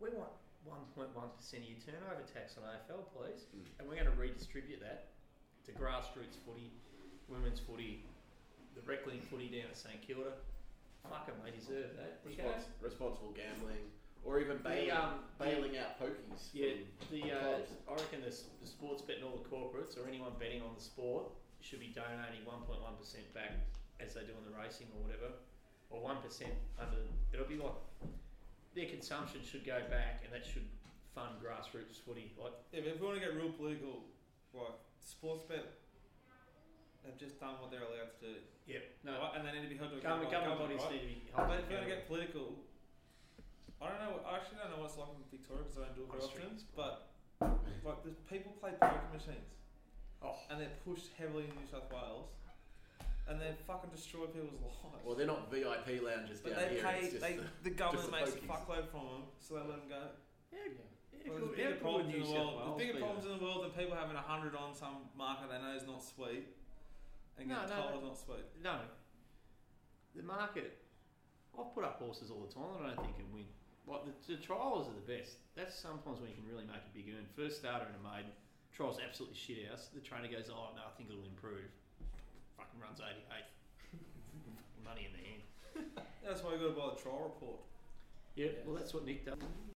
we want one point one percent of your turnover tax on AFL, please, Mm. and we're going to redistribute that to grassroots footy, women's footy, the Reckling footy down at St Kilda. Fuck 'em, they deserve that. You go, Respons- responsible gambling, or even bailing, um, bailing out pokies. Yeah, from the uh, clubs. I reckon the, s- the sports bet and all the corporates or anyone betting on the sport should be donating one point one percent back as they do on the racing or whatever, or one percent under. It'll be like their consumption should go back, and that should fund grassroots footy. Like Yeah, but if we want to get real political, like Sportsbet have just done what they're allowed to do, yeah, no, right? and they need to be held to account. government, by government, government bodies right? need to be. held But if you want to accountable. get political, I don't know. I actually don't know what it's like in Victoria because I don't do it very Oh, sure. often. But like, there's people play poker machines, Oh. and they're pushed heavily in New South Wales, and they fucking destroy people's *laughs* lives. *laughs* Well, they're not VIP lounges but down they here. pay. it's just they, the, the government the makes a pokies. fuckload from them, so they let them go. Yeah, Well, good- there's yeah, bigger good problems in New the South world. Wales There's bigger people. problems in the world than people having a hundred on some market they know is not sweet, and No, getting no, told no. it's not sweet. No. The market. I've put up horses all the time that I don't think can win. Like the, the trials are the best. That's sometimes when you can really make a big earn. First starter and a maiden. Trials absolutely shit house. The trainer goes, oh no, I think it'll improve. Fucking runs 88th. *laughs* Money in the hand. That's why you got to buy the trial report. Yeah, well that's what Nick does.